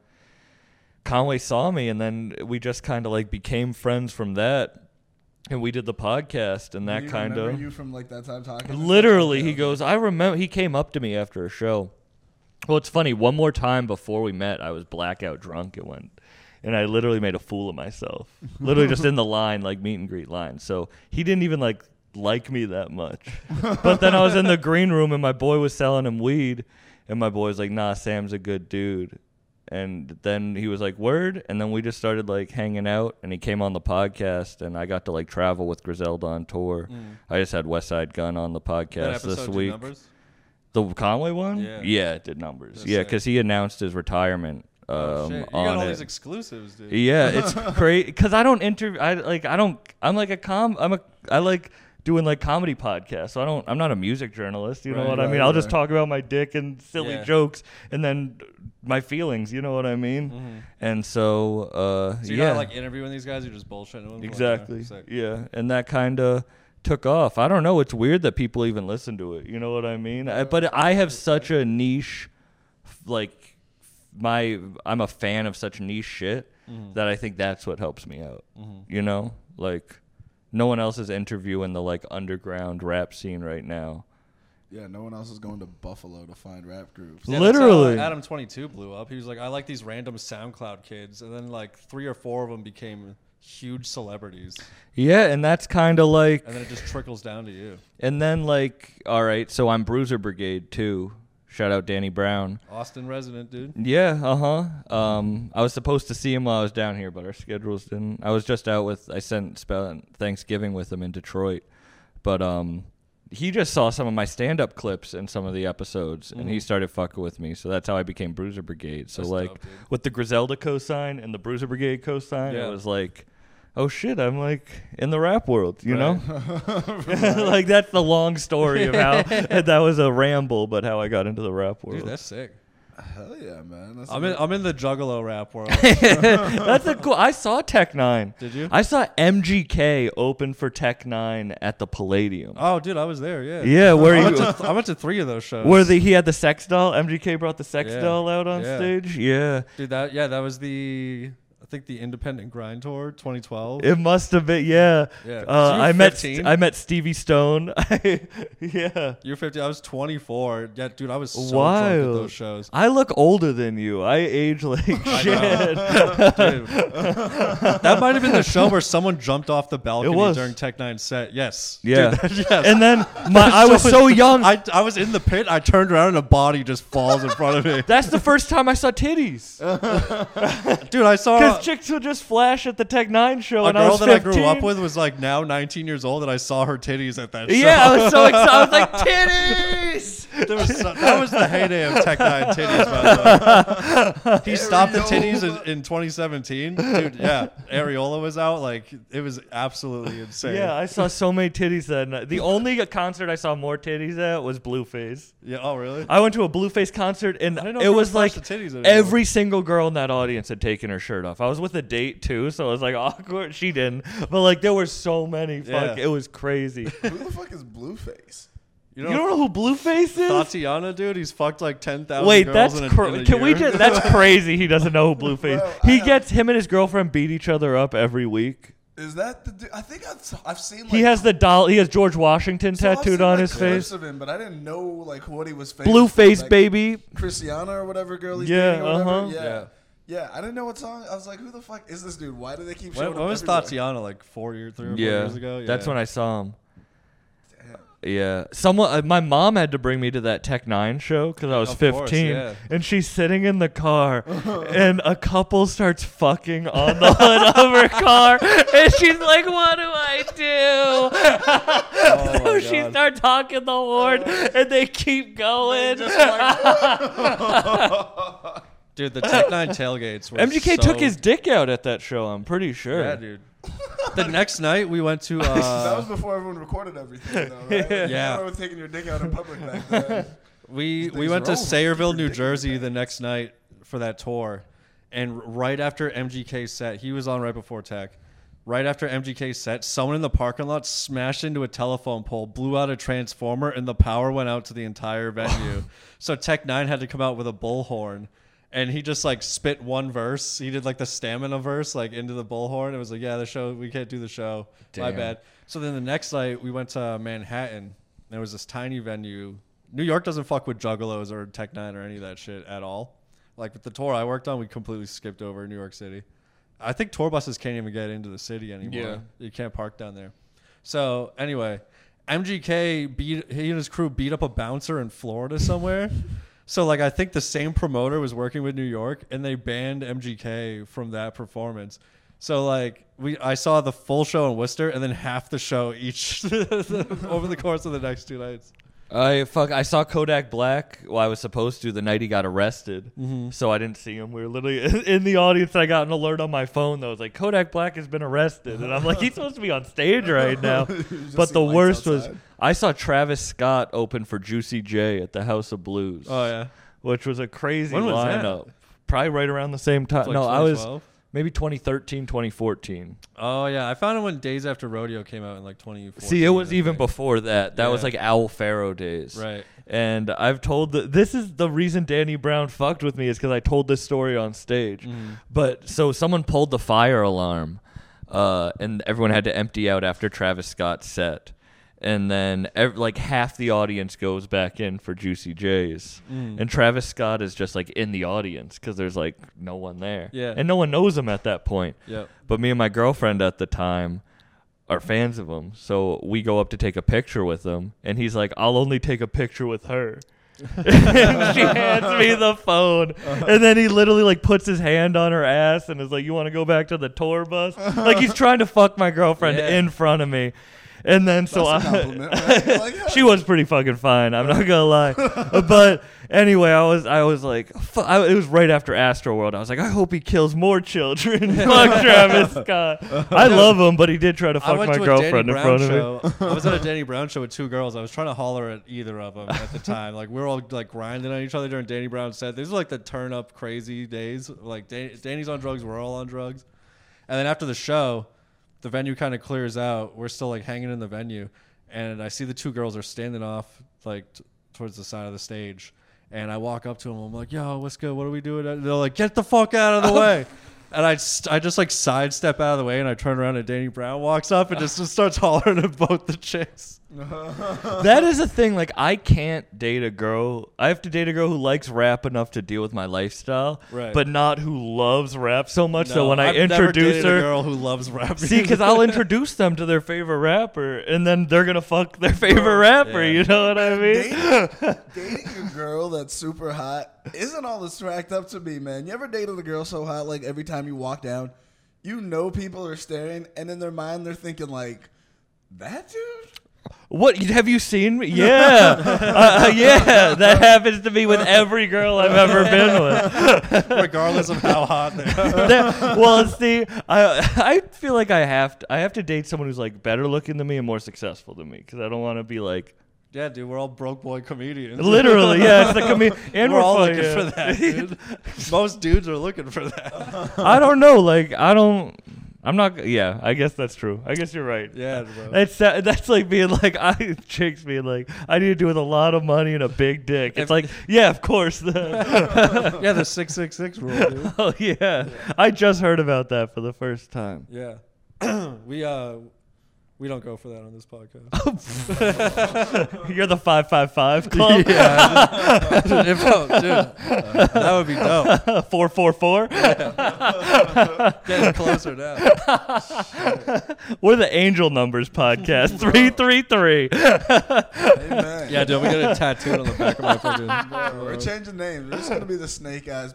[SPEAKER 2] Conway saw me, and then we just kind of like became friends from that, and we did the podcast, and that
[SPEAKER 3] You
[SPEAKER 2] kind
[SPEAKER 3] remember
[SPEAKER 2] of
[SPEAKER 3] you from like that time talking.
[SPEAKER 2] literally, he
[SPEAKER 3] Okay.
[SPEAKER 2] goes, I remember he came up to me after a show. Well, it's funny. One more time before we met, I was blackout drunk and went, and I literally made a fool of myself, literally just in the line, like meet and greet line. So he didn't even like like me that much. But then I was in the green room and my boy was selling him weed, and my boy was like, Nah, Sam's a good dude. And then he was like, Word. And then we just started like hanging out, and he came on the podcast, and I got to like travel with Griselda on tour. I just had West Side Gun on the
[SPEAKER 1] That
[SPEAKER 2] podcast
[SPEAKER 1] Mm. episode
[SPEAKER 2] this
[SPEAKER 1] did
[SPEAKER 2] week.
[SPEAKER 1] numbers?
[SPEAKER 2] The Conway one?
[SPEAKER 1] Yeah.
[SPEAKER 2] it did numbers.
[SPEAKER 1] That's
[SPEAKER 2] Yeah,
[SPEAKER 1] sick.
[SPEAKER 2] because he announced his retirement um,
[SPEAKER 1] oh shit. You
[SPEAKER 2] on
[SPEAKER 1] got all
[SPEAKER 2] it.
[SPEAKER 1] these exclusives, dude.
[SPEAKER 2] yeah, it's crazy because I don't interview. I like I don't. I'm like a com. I'm a. I like doing like comedy podcasts. So I don't. I'm not a music journalist. You know
[SPEAKER 1] Right,
[SPEAKER 2] what I
[SPEAKER 3] right,
[SPEAKER 2] mean? I'll just
[SPEAKER 3] right.
[SPEAKER 2] talk about my dick and silly
[SPEAKER 1] Yeah.
[SPEAKER 2] jokes, and then my feelings. You know what I mean? And so, uh,
[SPEAKER 1] Mm-hmm. So you're
[SPEAKER 2] yeah,
[SPEAKER 1] not like interviewing these guys. You're just bullshitting them.
[SPEAKER 2] exactly.
[SPEAKER 1] Like, okay, sick.
[SPEAKER 2] yeah, and that kind of took off. I don't know. It's weird that people even listen to it. You know what I mean? I, but I have such a niche, f- like my I'm a fan of such niche shit
[SPEAKER 1] Mm-hmm.
[SPEAKER 2] that I think that's what helps me out. You know, like no one else is interviewing the like underground rap scene right now.
[SPEAKER 3] Yeah, no one else is going to Buffalo to find rap groups.
[SPEAKER 1] Yeah, that's how, uh,
[SPEAKER 2] Literally.
[SPEAKER 1] Adam twenty two blew up. He was like, I like these random SoundCloud kids, and then like three or four of them became huge celebrities,
[SPEAKER 2] Yeah, and that's kind of like
[SPEAKER 1] and then it just trickles down to you.
[SPEAKER 2] And then like, all right, so I'm Bruiser Brigade too. Shout out Danny Brown.
[SPEAKER 1] Austin resident, dude.
[SPEAKER 2] Yeah, uh huh. Um, I was supposed to see him while I was down here, but our schedules didn't. I was just out with. I sent spent Thanksgiving with him in Detroit, but um, he just saw some of my stand up clips and some of the episodes, and he started fucking with me. So that's how I became Bruiser Brigade. So
[SPEAKER 1] Mm-hmm. That's
[SPEAKER 2] like
[SPEAKER 1] dope, dude.
[SPEAKER 2] with the Griselda cosign and the Bruiser Brigade cosign,
[SPEAKER 1] Yeah.
[SPEAKER 2] it was like. Oh shit! I'm like in the rap world, you know.
[SPEAKER 1] Right.
[SPEAKER 2] like that's the long story of how and that was a ramble, but how I got into the rap world.
[SPEAKER 1] Dude, that's sick.
[SPEAKER 3] Hell yeah, man. That's
[SPEAKER 1] I'm in, I'm in the juggalo rap world.
[SPEAKER 2] That's a cool. I saw Tech Nine.
[SPEAKER 1] Did you?
[SPEAKER 2] I saw MGK open for Tech Nine at the Palladium.
[SPEAKER 1] oh, dude, I was there. Yeah.
[SPEAKER 2] yeah, where
[SPEAKER 1] I
[SPEAKER 2] you?
[SPEAKER 1] went, to, I went to three of those shows.
[SPEAKER 2] where the he had the sex doll. MGK brought the sex
[SPEAKER 1] Yeah.
[SPEAKER 2] doll out on
[SPEAKER 1] Yeah.
[SPEAKER 2] stage. Yeah,
[SPEAKER 1] Dude, that yeah, that was the I think the Independent Grind Tour 2012.
[SPEAKER 2] it must have been. Yeah,
[SPEAKER 1] Yeah.
[SPEAKER 2] Uh,
[SPEAKER 1] So you were
[SPEAKER 2] I met
[SPEAKER 1] 15?
[SPEAKER 2] I met Stevie Stone. yeah.
[SPEAKER 1] You're 50. I was 24. Yeah, dude, I was so drunk at
[SPEAKER 2] Wild.
[SPEAKER 1] those shows.
[SPEAKER 2] I look older than you. I age like shit.
[SPEAKER 1] Dude. that might have been the show where someone jumped off the balcony
[SPEAKER 2] was.
[SPEAKER 1] during Tech Nine set. Yes.
[SPEAKER 2] Yeah.
[SPEAKER 1] Dude, yes.
[SPEAKER 2] And then my, I was so young.
[SPEAKER 1] I, I was in the pit. I turned around and a body just falls in front of me.
[SPEAKER 2] That's the first time I saw titties.
[SPEAKER 1] Uh, Dude, I saw
[SPEAKER 2] Because chicks would just flash at the Tech Nine show,
[SPEAKER 1] a
[SPEAKER 2] and I
[SPEAKER 1] girl
[SPEAKER 2] was
[SPEAKER 1] that
[SPEAKER 2] 15.
[SPEAKER 1] I grew up with was like now 19 years old, and I saw her titties at that show.
[SPEAKER 2] Yeah, I was so excited. I was like, titties.
[SPEAKER 1] There was so- that was the heyday of Tech Nine titties, by the way. He stopped the titties in, in 2017, dude. Yeah, Areola was out. Like it was absolutely insane.
[SPEAKER 2] Yeah, I saw so many titties that night. The only concert I saw more titties at was Blueface.
[SPEAKER 1] Yeah, Oh, really?
[SPEAKER 2] I went to a Blueface concert, and
[SPEAKER 1] didn't know
[SPEAKER 2] it
[SPEAKER 1] people
[SPEAKER 2] was like
[SPEAKER 1] flashed the titties anymore.
[SPEAKER 2] every single girl in that audience had taken her shirt off. I was with a date too, so it was like awkward. She didn't, but like there were so many. Fuck,
[SPEAKER 1] Yeah.
[SPEAKER 2] it was crazy.
[SPEAKER 3] Who the fuck is Blueface?
[SPEAKER 1] You
[SPEAKER 2] you
[SPEAKER 1] know,
[SPEAKER 2] don't know who Blueface is?
[SPEAKER 1] Tatiana, dude. He's fucked like 10,000
[SPEAKER 2] Wait,
[SPEAKER 1] girls
[SPEAKER 2] that's
[SPEAKER 1] in a,
[SPEAKER 2] cra-
[SPEAKER 1] in a
[SPEAKER 2] can we
[SPEAKER 1] year.
[SPEAKER 2] just? That's crazy. He doesn't know who Blueface.
[SPEAKER 3] Bro, I
[SPEAKER 2] he
[SPEAKER 3] have-
[SPEAKER 2] gets him and his girlfriend beat each other up every week.
[SPEAKER 3] Is that the dude? I think I've, I've seen. Like,
[SPEAKER 2] He has the doll. He has George Washington
[SPEAKER 3] I've seen,
[SPEAKER 2] tattooed on
[SPEAKER 3] like,
[SPEAKER 2] his
[SPEAKER 3] clips
[SPEAKER 2] face.
[SPEAKER 3] Of him, but I didn't know like what he was. Famous
[SPEAKER 2] Blueface
[SPEAKER 3] for, like,
[SPEAKER 2] baby.
[SPEAKER 3] Christiana or whatever girl he's
[SPEAKER 2] Yeah,
[SPEAKER 3] dating or whatever.
[SPEAKER 2] uh-huh.
[SPEAKER 3] Yeah.
[SPEAKER 1] Yeah.
[SPEAKER 3] yeah. I didn't know what song. I was like, who the fuck is this dude? Why do they keep showing
[SPEAKER 1] when,
[SPEAKER 3] him
[SPEAKER 1] when was
[SPEAKER 3] everywhere?
[SPEAKER 1] Tatiana? Like four years, three or four
[SPEAKER 2] Yeah,
[SPEAKER 1] years ago.
[SPEAKER 2] that's when I saw him.
[SPEAKER 3] Damn.
[SPEAKER 2] Yeah, someone. Uh, my mom had to bring me to that Tech Nine show because I was
[SPEAKER 1] Of
[SPEAKER 2] fifteen,
[SPEAKER 1] course, yeah.
[SPEAKER 2] and she's sitting in the car, and a couple starts fucking on the hood of her car, and she's like, "What do I do?"
[SPEAKER 1] Oh,
[SPEAKER 2] so
[SPEAKER 1] my
[SPEAKER 2] she
[SPEAKER 1] God.
[SPEAKER 2] starts honking the horn, and they keep going.
[SPEAKER 3] Just like,
[SPEAKER 1] Dude, the Tech Nine tailgates. Were
[SPEAKER 2] MGK
[SPEAKER 1] so-
[SPEAKER 2] took his dick out at that show. I'm pretty sure.
[SPEAKER 1] Yeah, dude. the next night we went to.
[SPEAKER 3] that
[SPEAKER 1] Uh,
[SPEAKER 3] was before everyone recorded everything, though, right? Like,
[SPEAKER 1] Yeah.
[SPEAKER 3] Everyone was taking your dick out in public back then.
[SPEAKER 1] We we
[SPEAKER 3] things
[SPEAKER 1] went
[SPEAKER 3] are
[SPEAKER 1] to
[SPEAKER 3] over.
[SPEAKER 1] Sayreville, New Jersey the next night for that tour. And right after MGK set, he was on right before Tech. Right after MGK set, someone in the parking lot smashed into a telephone pole, blew out a transformer, and the power went out to the entire venue. so Tech Nine had to come out with a bullhorn. And he just like spit one verse. He did like the stamina verse, like into the bullhorn. It was like, yeah, the show, we can't do the show. My
[SPEAKER 2] Damn.
[SPEAKER 1] bad. So then the next night we went to Manhattan. There was this tiny venue. New York doesn't fuck with juggalos or Tech Nine or any of that shit at all. Like with the tour I worked on, we completely skipped over New York City. I think tour buses can't even get into the city anymore.
[SPEAKER 2] Yeah.
[SPEAKER 1] You can't park down there. So anyway, MGK beat he and his crew beat up a bouncer in Florida somewhere. so like I think the same promoter was working with New York and they banned MGK from that performance. So like we I saw the full show in Worcester and then half the show each over the course of the next two nights.
[SPEAKER 2] I fuck. I saw Kodak Black. Well, I was supposed to the night he got arrested,
[SPEAKER 1] Mm-hmm.
[SPEAKER 2] so I didn't see him. We were literally in the audience. I got an alert on my phone that was like Kodak Black has been arrested, and I'm like, he's supposed to be on stage right now.
[SPEAKER 3] just
[SPEAKER 2] but
[SPEAKER 3] see
[SPEAKER 2] the
[SPEAKER 3] lights
[SPEAKER 2] worst was
[SPEAKER 3] outside.
[SPEAKER 2] I saw Travis Scott open for Juicy J at the House of Blues.
[SPEAKER 1] Oh yeah.
[SPEAKER 2] which was a crazy
[SPEAKER 1] When was that?
[SPEAKER 2] lineup. Probably right around the same time.
[SPEAKER 1] It's like
[SPEAKER 2] no, I was
[SPEAKER 1] 2012?
[SPEAKER 2] maybe 2013, 2014.
[SPEAKER 1] Oh yeah, I found it when Days After Rodeo came out in like 2014.
[SPEAKER 2] See, it was
[SPEAKER 1] I
[SPEAKER 2] even
[SPEAKER 1] think.
[SPEAKER 2] before that. That was
[SPEAKER 1] Yeah.
[SPEAKER 2] like Owl Pharaoh days.
[SPEAKER 1] Right.
[SPEAKER 2] And I've told the, this is the reason Danny Brown fucked with me is because I told this story on stage.
[SPEAKER 1] Mm-hmm.
[SPEAKER 2] But so someone pulled the fire alarm, uh, and everyone had to empty out after Travis Scott set. and then ev- like half the audience goes back in for Juicy J's,
[SPEAKER 1] Mm.
[SPEAKER 2] and Travis Scott is just like in the audience because there's like no one there,
[SPEAKER 1] Yeah.
[SPEAKER 2] and no one knows him at that point.
[SPEAKER 1] Yep.
[SPEAKER 2] But me and my girlfriend at the time are fans of him, so we go up to take a picture with him, and he's like, "I'll only take a picture with her." and she hands me the phone, and then he literally like puts his hand on her ass and is like, "You want to go back to the tour bus?" Like he's trying to fuck my girlfriend
[SPEAKER 1] Yeah.
[SPEAKER 2] in front of me, and then so
[SPEAKER 3] That's a
[SPEAKER 2] I,
[SPEAKER 3] compliment, right? Like, yeah.
[SPEAKER 2] she was pretty fucking fine. I'm not gonna lie. but anyway, I was I was like, fu- I, it was right after Astroworld. I was like, I hope he kills more children. fuck Travis Scott. I love him, but he did try to
[SPEAKER 1] I
[SPEAKER 2] fuck
[SPEAKER 1] went
[SPEAKER 2] my
[SPEAKER 1] to a
[SPEAKER 2] girlfriend
[SPEAKER 1] Danny
[SPEAKER 2] in
[SPEAKER 1] Brown
[SPEAKER 2] front of me.
[SPEAKER 1] show. I was at a Danny Brown show with two girls. I was trying to holler at either of them at the time. Like we were all like grinding on each other during Danny Brown set. These were like the turn up crazy days. Like Dan- Danny's on drugs, we're all on drugs. And then after the show, the venue kind of clears out. We're still like hanging in the venue, and I see the two girls are standing off like t- towards the side of the stage. And I walk up to them. I'm like, "Yo, what's good? What are we doing?" And they're like, "Get the fuck out of the way." And I, st- I just like sidestep out of the way and I turn around and Danny Brown walks up and just, just starts hollering at both the chicks.
[SPEAKER 2] that is a thing. Like I can't date a girl. I have to date a girl who likes rap enough to deal with my lifestyle,
[SPEAKER 1] Right.
[SPEAKER 2] but not who loves rap so much. so
[SPEAKER 1] No,
[SPEAKER 2] when I
[SPEAKER 1] I've never
[SPEAKER 2] introduce
[SPEAKER 1] dated a
[SPEAKER 2] her,
[SPEAKER 1] girl who loves rap.
[SPEAKER 2] See, because I'll introduce them to their favorite rapper, and then they're gonna fuck their favorite rapper.
[SPEAKER 1] Yeah.
[SPEAKER 2] You know what I mean?
[SPEAKER 3] dating, dating a girl that's super hot isn't all this racked up to be, man. You ever dated a girl so hot, like every time you walk down, you know people are staring, and in their mind they're thinking like, that dude.
[SPEAKER 2] What have you seen me? Yeah, Uh, uh, yeah. That happens to me with every girl I've ever been with.
[SPEAKER 1] regardless of how hot they are.
[SPEAKER 2] That- well, see, I I feel like I have to I have to date someone who's like better looking than me and more successful than me because I don't want to be like
[SPEAKER 1] Yeah, dude, we're all broke boy comedians.
[SPEAKER 2] literally. Yeah, it's like I mean, and
[SPEAKER 1] we're, all
[SPEAKER 2] funny,
[SPEAKER 1] looking
[SPEAKER 2] yeah.
[SPEAKER 1] for that, dude. Most dudes are looking for that.
[SPEAKER 2] I don't know. Like I don't. I'm not. Yeah, I guess that's true. I guess you're right.
[SPEAKER 1] Yeah, bro.
[SPEAKER 2] That's that's like being like I chicks being like I need to do with a lot of money and a big dick. It's
[SPEAKER 1] If-
[SPEAKER 2] like yeah, of course. The-
[SPEAKER 1] yeah, the six six six rule, dude.
[SPEAKER 2] oh yeah. I just heard about that for the first time.
[SPEAKER 1] Yeah, we uh, we don't go for that on this podcast.
[SPEAKER 2] You're the five five five club.
[SPEAKER 1] If- oh, dude, that would be dope.
[SPEAKER 2] four four four.
[SPEAKER 1] Getting closer now.
[SPEAKER 2] We're the Angel Numbers podcast. Three three three.
[SPEAKER 3] Amen.
[SPEAKER 1] Yeah, dude, we got a tattooed on the back of my fucking.
[SPEAKER 3] Bro, we're changing names. This is gonna be the Snake Eyes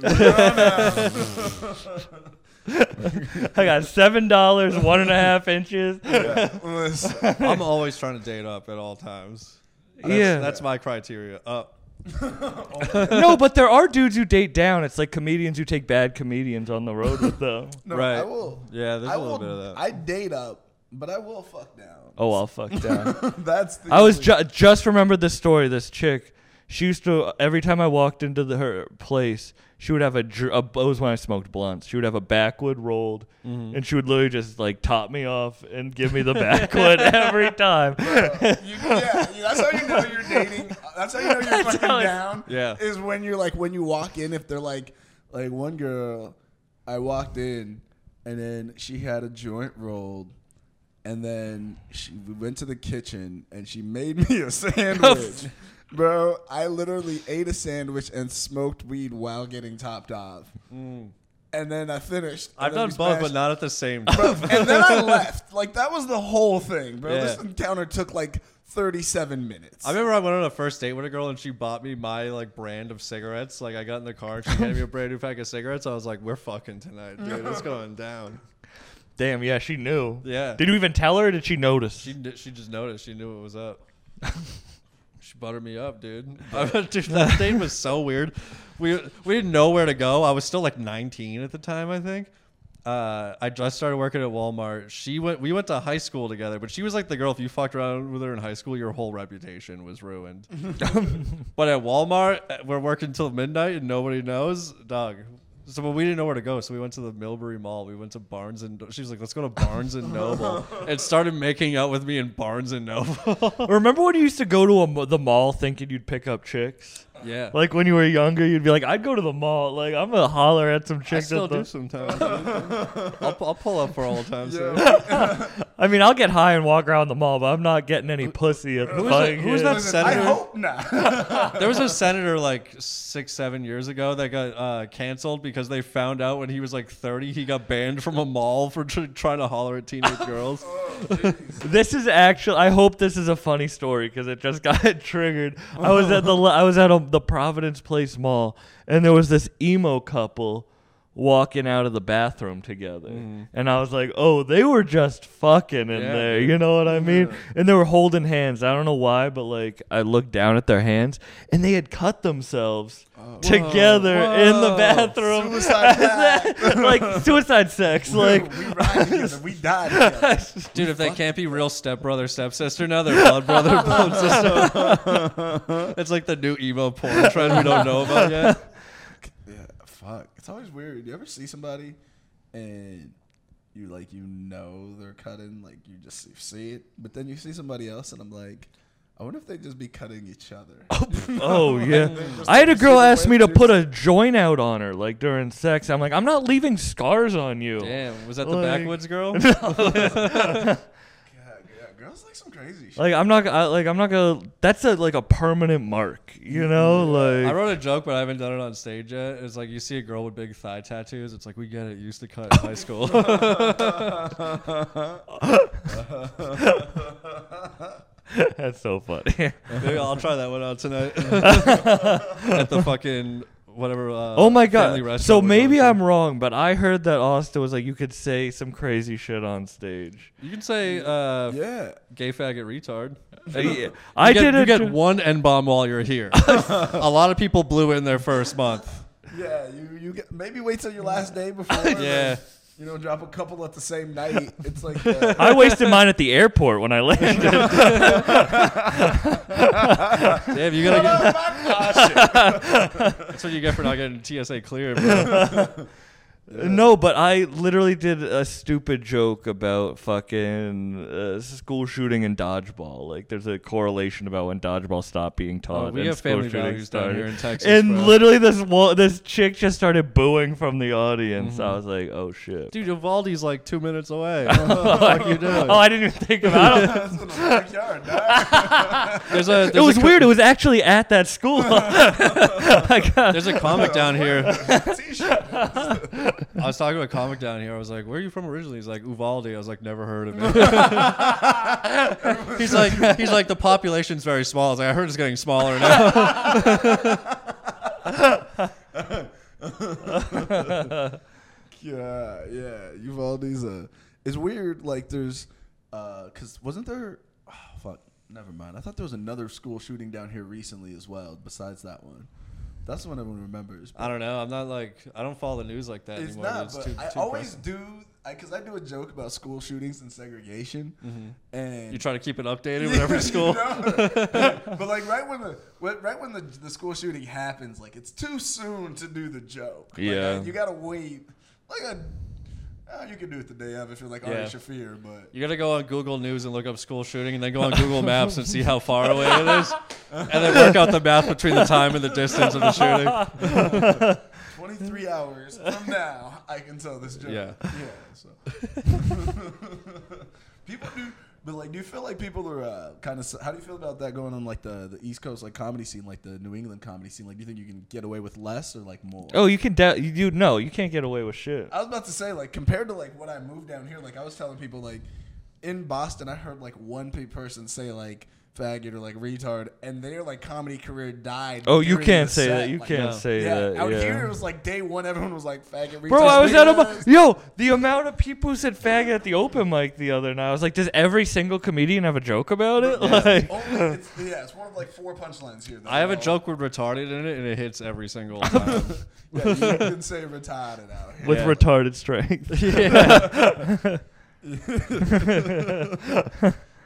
[SPEAKER 3] from here on out.
[SPEAKER 2] I got seven dollars, one and a half inches.
[SPEAKER 3] Yeah, listen.
[SPEAKER 1] I'm always trying to date up at all times. That's,
[SPEAKER 2] Yeah.
[SPEAKER 1] that's my criteria. Up.
[SPEAKER 2] no, but there are dudes who date down. It's like comedians who take bad comedians on the road with them.
[SPEAKER 3] No,
[SPEAKER 1] Right.
[SPEAKER 3] I will.
[SPEAKER 1] Yeah, there's
[SPEAKER 3] I
[SPEAKER 1] a little
[SPEAKER 3] will-
[SPEAKER 1] bit of that.
[SPEAKER 3] I date up, but I will fuck down.
[SPEAKER 2] Oh, I'll fuck down.
[SPEAKER 3] That's the.
[SPEAKER 2] I was
[SPEAKER 3] only-
[SPEAKER 2] ju- just remembered this story. This chick, she used to every time I walked into the, her place, she would have a, dr- a. It was when I smoked blunts. She would have a backwood rolled,
[SPEAKER 1] Mm-hmm.
[SPEAKER 2] and she would literally just like top me off and give me the backwood every time.
[SPEAKER 3] You, yeah, you- that's how you know you're dating. That's how you know you're fucking
[SPEAKER 2] how it-
[SPEAKER 3] down.
[SPEAKER 1] Yeah.
[SPEAKER 3] is when you're like when you walk in. If they're like, like one girl, I walked in, and then she had a joint rolled, and then she we went to the kitchen and she made me a sandwich. Bro, I literally ate a sandwich and smoked weed while getting topped off. And then I finished. and
[SPEAKER 1] Mm. I've
[SPEAKER 3] then
[SPEAKER 1] done
[SPEAKER 3] we
[SPEAKER 1] both,
[SPEAKER 3] smashed-
[SPEAKER 1] but not at the same time.
[SPEAKER 3] and then I left. Like that was the whole thing, bro. This
[SPEAKER 1] Yeah.
[SPEAKER 3] encounter took like 37 minutes.
[SPEAKER 1] I remember I went on a first date with a girl and she bought me my like brand of cigarettes. Like I got in the car and she handed me a brand new pack of cigarettes. I was like, "We're fucking tonight, dude. It's going down."
[SPEAKER 2] Damn, yeah, she knew.
[SPEAKER 1] Yeah.
[SPEAKER 2] Did you even tell her? Or did she notice?
[SPEAKER 1] She kn- she just noticed. She knew it was up. she buttered me up, dude. dude, that date was so weird. We we didn't know where to go. I was still like 19 at the time, I think. Uh, I just started working at Walmart. She went. We went to high school together, but she was like the girl. If you fucked around with her in high school, your whole reputation was ruined. but at Walmart, uh, we're working till midnight and nobody knows, dog. So, but we didn't know where to go, so we went to the Millbury Mall. We went to Barnes and she was like, "Let's go to Barnes and Noble," and started making out with me in Barnes and Noble.
[SPEAKER 2] Remember when you used to go to a, mo- the mall thinking you'd pick up chicks?
[SPEAKER 1] Yeah.
[SPEAKER 2] Like when you were younger, you'd be like, I'd go to the mall. Like I'm gonna holler at some
[SPEAKER 1] I
[SPEAKER 2] chicks.
[SPEAKER 1] still
[SPEAKER 2] at the,
[SPEAKER 1] do sometimes. I'll, I'll pull up for old times. sake.
[SPEAKER 2] I mean, I'll get high and walk around the mall, but I'm not getting any pussy at the
[SPEAKER 1] who's that-
[SPEAKER 2] fucking-
[SPEAKER 1] who's that
[SPEAKER 3] Listen, I
[SPEAKER 1] Senator-
[SPEAKER 3] hope not.
[SPEAKER 1] There was a senator like six, seven years ago that got uh, canceled because they found out when he was like 30, he got banned from a mall for tr- trying to holler at teenage girls.
[SPEAKER 2] This is actually. I hope this is a funny story because it just got triggered. I was at the I was at um the Providence Place Mall, and there was this emo couple walking out of the bathroom together, and I was like, "Oh, they were just fucking in
[SPEAKER 1] Yeah,
[SPEAKER 2] there." You know what I mean? And they were holding hands. I don't know why, but like I looked down at their hands, and they had cut themselves together
[SPEAKER 1] Whoa.
[SPEAKER 2] in the bathroom,
[SPEAKER 3] Suicide
[SPEAKER 2] like suicide sex, like.
[SPEAKER 3] we ride together. We die together.
[SPEAKER 1] Dude, if they can't be real stepbrother, stepsister, now they're blood brother, blood sister. it's like the new emo porn trend we don't know about yet.
[SPEAKER 3] Yeah, fuck. It's always weird. You ever see somebody and you like you know they're cutting, like you just see it, but then you see somebody else and I'm like, I wonder if they just be cutting each other.
[SPEAKER 2] Oh yeah,
[SPEAKER 3] just
[SPEAKER 2] I had a
[SPEAKER 3] like
[SPEAKER 2] girl
[SPEAKER 3] super
[SPEAKER 2] ask me to
[SPEAKER 3] wet
[SPEAKER 2] put a joint out on her like during sex. I'm like, I'm not leaving scars on you.
[SPEAKER 1] Damn, was that the
[SPEAKER 2] Like-
[SPEAKER 1] backwoods girl?
[SPEAKER 3] yeah, yeah, girls like some crazy shit.
[SPEAKER 2] Like I'm not I, like I'm not gonna. That's a like a permanent mark, you know.
[SPEAKER 1] Mm-hmm. I
[SPEAKER 2] Like
[SPEAKER 1] wrote a joke, but I haven't done it on stage yet. It's like you see a girl with big thigh tattoos. It's like we get it. You used to cut in high school.
[SPEAKER 2] that's so funny.
[SPEAKER 1] Maybe I'll try that one out tonight at the fucking whatever. Uh,
[SPEAKER 2] oh my
[SPEAKER 1] family
[SPEAKER 2] god.
[SPEAKER 1] restaurant
[SPEAKER 2] So
[SPEAKER 1] we're going
[SPEAKER 2] maybe
[SPEAKER 1] to.
[SPEAKER 2] I'm wrong, but I heard that Austin was like, you could say some crazy shit on stage.
[SPEAKER 1] You can say uh,
[SPEAKER 3] yeah.
[SPEAKER 1] gay faggot retard.
[SPEAKER 2] I
[SPEAKER 1] Uh, You get,
[SPEAKER 2] did.
[SPEAKER 1] You
[SPEAKER 2] a
[SPEAKER 1] get
[SPEAKER 2] jo-
[SPEAKER 1] one n bomb while you're here. a lot of people blew in their first month.
[SPEAKER 3] Yeah, you, you get maybe wait till your last day before.
[SPEAKER 1] Yeah.
[SPEAKER 3] and, You know, drop a couple at the same night. It's like uh,
[SPEAKER 2] I wasted mine at the airport when I landed.
[SPEAKER 1] Damn, you gotta get.
[SPEAKER 3] Fuck.
[SPEAKER 1] That's what you get for not getting TSA cleared. Bro.
[SPEAKER 3] Uh,
[SPEAKER 2] No, but I literally did a stupid joke about fucking uh, school shooting and dodgeball. Like, there's a correlation about when dodgeball stopped being taught.
[SPEAKER 1] Oh, we
[SPEAKER 2] and
[SPEAKER 1] have
[SPEAKER 2] school
[SPEAKER 1] family
[SPEAKER 2] shooting
[SPEAKER 1] values down
[SPEAKER 2] started.
[SPEAKER 1] here in Texas.
[SPEAKER 2] And
[SPEAKER 1] bro.
[SPEAKER 2] literally, this wo- this chick just started booing from the audience.
[SPEAKER 1] Mm-hmm.
[SPEAKER 2] I was like, "Oh shit!"
[SPEAKER 1] dude, Uvalde's like two minutes away. what the fuck you doing?
[SPEAKER 2] Oh, I didn't even think about it. I don't-
[SPEAKER 3] That's in the backyard, dog.
[SPEAKER 1] There's a,
[SPEAKER 2] It
[SPEAKER 1] there's
[SPEAKER 2] was
[SPEAKER 1] a co-
[SPEAKER 2] weird. It was actually at that school. I got-
[SPEAKER 1] There's a comic down here.
[SPEAKER 3] T-shirt.
[SPEAKER 1] I was talking to a comic down here. I was like, "Where are you from originally?" He's like, "Uvalde." I was like, "Never heard of it." he's like, "He's like the population's very small." I was like, "I heard it's getting smaller now."
[SPEAKER 3] Yeah, yeah. Uvalde's a. uh, It's weird. Like there's, uh, cause wasn't there? Oh, fuck. Never mind. I thought there was another school shooting down here recently as well. Besides that one, that's the one everyone remembers.
[SPEAKER 1] I don't know. I'm not like I don't follow the news like that
[SPEAKER 3] It's
[SPEAKER 1] anymore.
[SPEAKER 3] not,
[SPEAKER 1] it's
[SPEAKER 3] but
[SPEAKER 1] too,
[SPEAKER 3] I
[SPEAKER 1] too
[SPEAKER 3] always
[SPEAKER 1] pressing.
[SPEAKER 3] do. I, cause I do a joke about school shootings and segregation, and
[SPEAKER 1] Mm-hmm. You try to keep it updated with every school.
[SPEAKER 3] No. but like right when the when- right when the, the school shooting happens, like it's too soon to do the joke. Like,
[SPEAKER 2] Yeah.
[SPEAKER 3] you gotta wait. Like a, uh, you can do it the day of if you're like Ari
[SPEAKER 1] Yeah.
[SPEAKER 3] Shafir, but
[SPEAKER 1] You gotta go on Google News and look up school shooting, and then go on Google Maps and see how far away it is, and then work out the math between the time and the distance of the shooting.
[SPEAKER 3] 23 hours from now, I can tell this joke.
[SPEAKER 1] Yeah.
[SPEAKER 3] yeah. So people do. But like, do you feel like people are uh, kind of? How do you feel about that going on like the, the East Coast like comedy scene, like the New England comedy scene? Like, do you think you can get away with less or like more?
[SPEAKER 2] oh, you can. doubt you, you no, you can't get away with shit.
[SPEAKER 3] I was about to say, like, compared to like when I moved down here, like I was telling people, like in Boston, I heard like one pe- person say like faggot or like retard, and their like comedy career died.
[SPEAKER 2] Oh, you
[SPEAKER 3] during
[SPEAKER 2] can't
[SPEAKER 3] the
[SPEAKER 2] say
[SPEAKER 3] set.
[SPEAKER 2] that. You
[SPEAKER 3] Like,
[SPEAKER 2] can't
[SPEAKER 1] no.
[SPEAKER 2] say
[SPEAKER 3] yeah,
[SPEAKER 2] that.
[SPEAKER 3] out
[SPEAKER 2] yeah.
[SPEAKER 3] here it was like day one, everyone was like faggot. Retard,
[SPEAKER 2] Bro, I was at a
[SPEAKER 3] retard.
[SPEAKER 2] mi- yo. The amount of people who said faggot at the open mic the other night, I was like, does every single comedian have a joke about it? Like,
[SPEAKER 3] Only, it's, yeah, it's one of like four punchlines here.
[SPEAKER 1] I have a
[SPEAKER 3] though.
[SPEAKER 1] joke with retarded in it, and it hits every single time.
[SPEAKER 3] Yeah, you can say retarded out here.
[SPEAKER 2] with
[SPEAKER 1] Yeah.
[SPEAKER 2] retarded strength.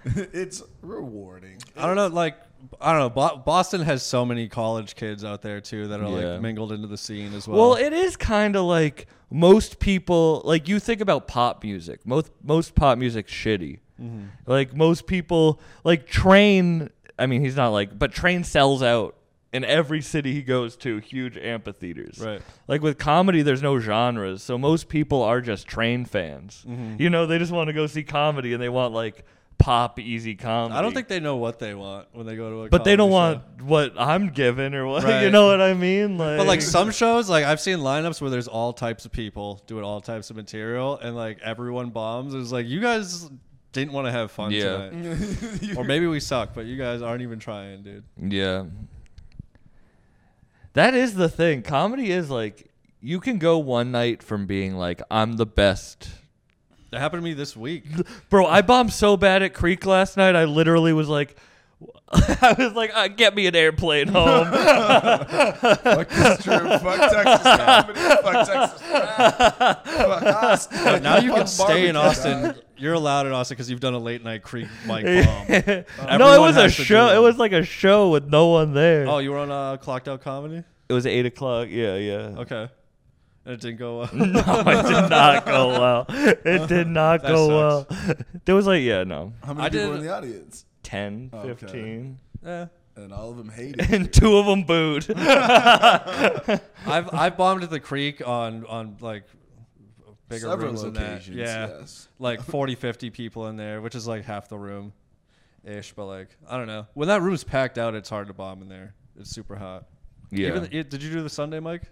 [SPEAKER 3] it's rewarding.
[SPEAKER 1] I don't know, like I don't know. Bo- Boston has so many college kids out there too that are
[SPEAKER 2] Yeah.
[SPEAKER 1] like mingled into the scene as well.
[SPEAKER 2] well, it is kind of like most people. Like you think about pop music. Most most pop music shitty.
[SPEAKER 1] Mm-hmm.
[SPEAKER 2] Like most people, like Train. I mean, he's not like, but Train sells out in every city he goes to, huge amphitheaters.
[SPEAKER 1] Right.
[SPEAKER 2] Like with comedy, there's no genres, so most people are just train fans.
[SPEAKER 1] Mm-hmm.
[SPEAKER 2] You know, they just want to go see comedy and they want like pop, easy comedy.
[SPEAKER 1] I don't think they know what they want when they go to a.
[SPEAKER 2] but they don't
[SPEAKER 1] comedy
[SPEAKER 2] want
[SPEAKER 1] show.
[SPEAKER 2] what I'm given or what you
[SPEAKER 1] Right.
[SPEAKER 2] know what I mean. Like,
[SPEAKER 1] But like some shows, like I've seen lineups where there's all types of people doing all types of material, and like everyone bombs. It's like you guys didn't want to have fun
[SPEAKER 2] Yeah.
[SPEAKER 1] tonight, or maybe we suck, but you guys aren't even trying, dude.
[SPEAKER 2] Yeah. That is the thing. Comedy is like you can go one night from being like I'm the best.
[SPEAKER 1] It happened to me this week.
[SPEAKER 2] Bro, I bombed so bad at Creek last night. I literally was like I was like, uh, get me an airplane home.
[SPEAKER 3] fuck this true. Fuck Texas comedy. Fuck Texas rap. Fuck Austin.
[SPEAKER 1] But now you can
[SPEAKER 3] Fuck
[SPEAKER 1] stay in
[SPEAKER 3] barbecue,
[SPEAKER 1] Austin.
[SPEAKER 3] dog.
[SPEAKER 1] You're allowed in Austin because you've done a late night Creek mic bomb.
[SPEAKER 2] no, it
[SPEAKER 1] Everyone
[SPEAKER 2] was a
[SPEAKER 1] has to do
[SPEAKER 2] show.
[SPEAKER 1] that.
[SPEAKER 2] It was like a show with no one there.
[SPEAKER 1] Oh, you were on uh, Clocked Out Comedy.
[SPEAKER 2] It was eight o'clock. Yeah, yeah.
[SPEAKER 1] Okay, and it didn't go well.
[SPEAKER 2] No, it did not go well. It did not
[SPEAKER 1] That
[SPEAKER 2] go well. There was like, yeah, no,
[SPEAKER 3] How many
[SPEAKER 1] I
[SPEAKER 3] people were
[SPEAKER 1] did-
[SPEAKER 3] in the audience?
[SPEAKER 2] 10,
[SPEAKER 3] Okay.
[SPEAKER 2] 15.
[SPEAKER 1] Eh.
[SPEAKER 3] And all of them hated.
[SPEAKER 2] and two of them booed.
[SPEAKER 1] I've I bombed at the creek on on like bigger rooms than that. Yeah,
[SPEAKER 3] yes.
[SPEAKER 1] like 40, 50 people in there, which is like half the room, ish. But like I don't know. When that room's packed out, it's hard to bomb in there. It's super hot. Even the- it- did you do the Sunday mic?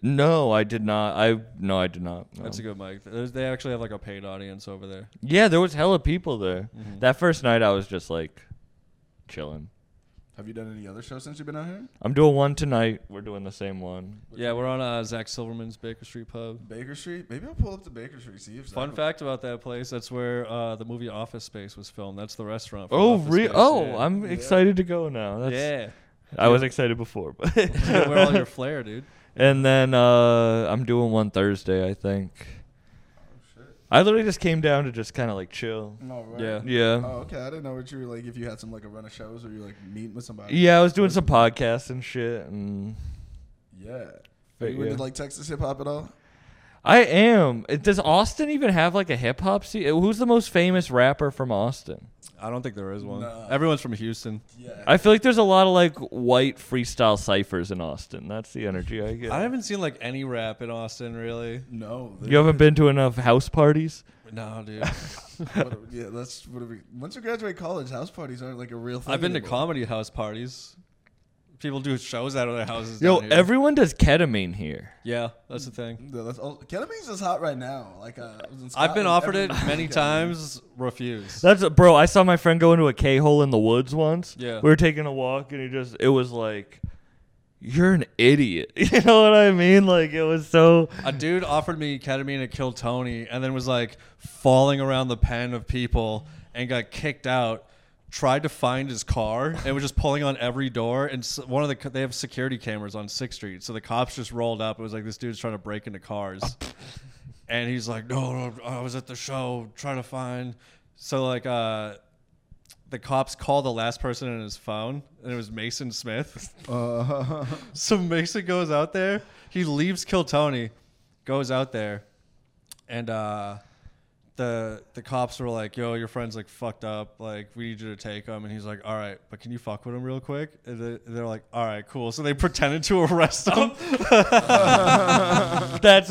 [SPEAKER 2] no, I did not. I no, I did not. no.
[SPEAKER 1] That's a good mic. There's, they actually have like a paid audience over there.
[SPEAKER 2] yeah, there was hella people there. That first night, I was just like chilling.
[SPEAKER 3] Have you done any other shows since you've been out here?
[SPEAKER 2] I'm doing one tonight. We're doing the same one.
[SPEAKER 1] Yeah, we're on uh, Zach Silverman's Baker Street Pub.
[SPEAKER 3] Baker Street. Maybe I'll pull up to Baker Street. See if Oh, Zach
[SPEAKER 1] Fun
[SPEAKER 3] will-
[SPEAKER 1] fact about that place: that's where uh, the movie Office Space was filmed. That's the restaurant. for
[SPEAKER 2] Oh,
[SPEAKER 1] Office
[SPEAKER 2] re-
[SPEAKER 1] Space,
[SPEAKER 2] oh,
[SPEAKER 1] yeah.
[SPEAKER 2] I'm excited to go now. That's,
[SPEAKER 1] yeah.
[SPEAKER 2] I was excited before, but
[SPEAKER 1] You gotta wear all your flair, dude.
[SPEAKER 2] and then uh, I'm doing one Thursday. I think. I literally just came down to just kind of like chill.
[SPEAKER 3] Oh, right.
[SPEAKER 1] Yeah.
[SPEAKER 2] Yeah.
[SPEAKER 3] Oh, okay. I didn't know what you were like. If you had some like a run of shows, or you like meeting with somebody.
[SPEAKER 2] Yeah, I was doing some podcasts and shit, and
[SPEAKER 3] Yeah.
[SPEAKER 2] But
[SPEAKER 3] you went
[SPEAKER 2] yeah.
[SPEAKER 3] into like Texas hip hop at all?
[SPEAKER 2] I am. It- Does Austin even have like a hip hop scene? Who's the most famous rapper from Austin?
[SPEAKER 1] I don't think there is one.
[SPEAKER 3] Nah.
[SPEAKER 1] Everyone's from Houston.
[SPEAKER 3] Yeah.
[SPEAKER 2] I feel like there's a lot of like white freestyle ciphers in Austin. That's the energy I get.
[SPEAKER 1] I haven't seen like any rap in Austin, really.
[SPEAKER 3] no.
[SPEAKER 2] you haven't been to enough house parties?
[SPEAKER 1] No, dude.
[SPEAKER 3] What- yeah, that's what we, once you graduate college, house parties aren't like a real thing.
[SPEAKER 1] I've been to
[SPEAKER 3] anymore.
[SPEAKER 1] comedy house parties. People do shows out of their houses.
[SPEAKER 2] Yo,
[SPEAKER 1] down here.
[SPEAKER 2] everyone does ketamine here.
[SPEAKER 1] yeah, that's the thing.
[SPEAKER 3] No, that's all, Ketamine's is hot right now. Like uh, I was in
[SPEAKER 1] I've been
[SPEAKER 3] Scotland,
[SPEAKER 1] offered it
[SPEAKER 3] everyone-
[SPEAKER 1] many
[SPEAKER 3] Ketamine.
[SPEAKER 1] times, refused.
[SPEAKER 2] That's bro. I saw my friend go into a K hole in the woods once.
[SPEAKER 1] Yeah.
[SPEAKER 2] we were taking a walk, and he just it was like, "You're an idiot." You know what I mean? Like it was so.
[SPEAKER 1] A dude offered me ketamine to kill Tony and then was like falling around the pen of people and got kicked out. Tried to find his car and was just pulling on every door. And s- one of the co- they have security cameras on Sixth Street, so the cops just rolled up. It was like this dude's trying to break into cars, and he's like, "No, no, I was at the show trying to find." So like, uh, the cops called the last person in his phone, and it was Mason Smith.
[SPEAKER 3] Uh,
[SPEAKER 1] So Mason goes out there. He leaves Kill Tony, goes out there, and uh, the the cops were like, "Yo, your friend's like fucked up. Like, we need you to take him." And he's like, "All right, but can you fuck with him real quick?" And they- they're like, "All right, cool." So they pretended to arrest
[SPEAKER 2] Um,
[SPEAKER 1] him.
[SPEAKER 2] That's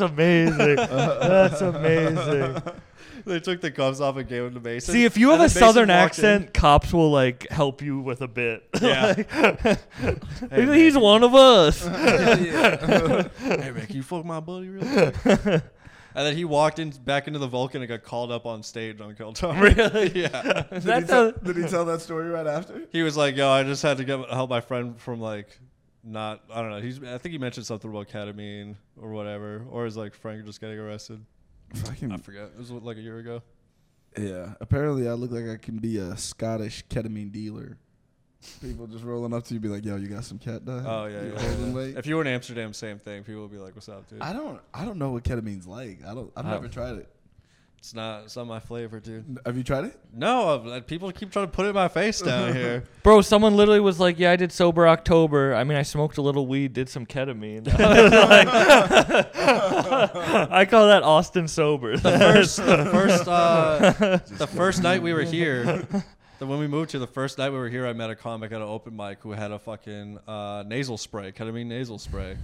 [SPEAKER 2] amazing. That's amazing.
[SPEAKER 1] they took the cuffs off and gave him to Mason.
[SPEAKER 2] See, if you have
[SPEAKER 1] And
[SPEAKER 2] a
[SPEAKER 1] then Mason
[SPEAKER 2] southern
[SPEAKER 1] walked in.
[SPEAKER 2] accent, cops will like help you with a bit.
[SPEAKER 1] Yeah.
[SPEAKER 2] Like, he's one of us.
[SPEAKER 3] hell yeah.
[SPEAKER 1] hey man, can you fuck my buddy real quick? And then he walked in back into the Vulcan and got called up on stage on Kill Tony.
[SPEAKER 2] really?
[SPEAKER 1] yeah.
[SPEAKER 3] did, he
[SPEAKER 2] That's
[SPEAKER 3] tell,
[SPEAKER 2] a,
[SPEAKER 3] did he tell that story right after?
[SPEAKER 1] he was like, "Yo, I just had to get help my friend from like not I don't know. He's I think he mentioned something about ketamine or whatever, or is like Frank just getting arrested? I
[SPEAKER 3] Fucking
[SPEAKER 1] forget. It was like a year ago.
[SPEAKER 3] yeah. Apparently, I look like I can be a Scottish ketamine dealer. People just rolling up to you, be like, "Yo, you got some cat dye?"
[SPEAKER 1] Oh yeah,
[SPEAKER 3] Uh, You
[SPEAKER 1] yeah,
[SPEAKER 3] old and
[SPEAKER 1] yeah.
[SPEAKER 3] late?
[SPEAKER 1] If you were in Amsterdam, same thing. People would be like, "What's up, dude?
[SPEAKER 3] I don't. I don't know what ketamine's like. I don't. I've
[SPEAKER 2] I-
[SPEAKER 3] never tried it.
[SPEAKER 1] It's not. It's not my flavor, dude.
[SPEAKER 3] Have you tried it?
[SPEAKER 1] No, I've- like, people keep trying to put it in my face down here.
[SPEAKER 2] bro, someone literally was like, "Yeah, I did sober October. I mean, I smoked a little weed, did some ketamine." I, was like- I call that Austin sober.
[SPEAKER 1] The first, the first, uh, the first night we were here, Then when we moved here, the first night we were here, I met a comic at an open mic who had a fucking uh, nasal spray, ketamine nasal spray.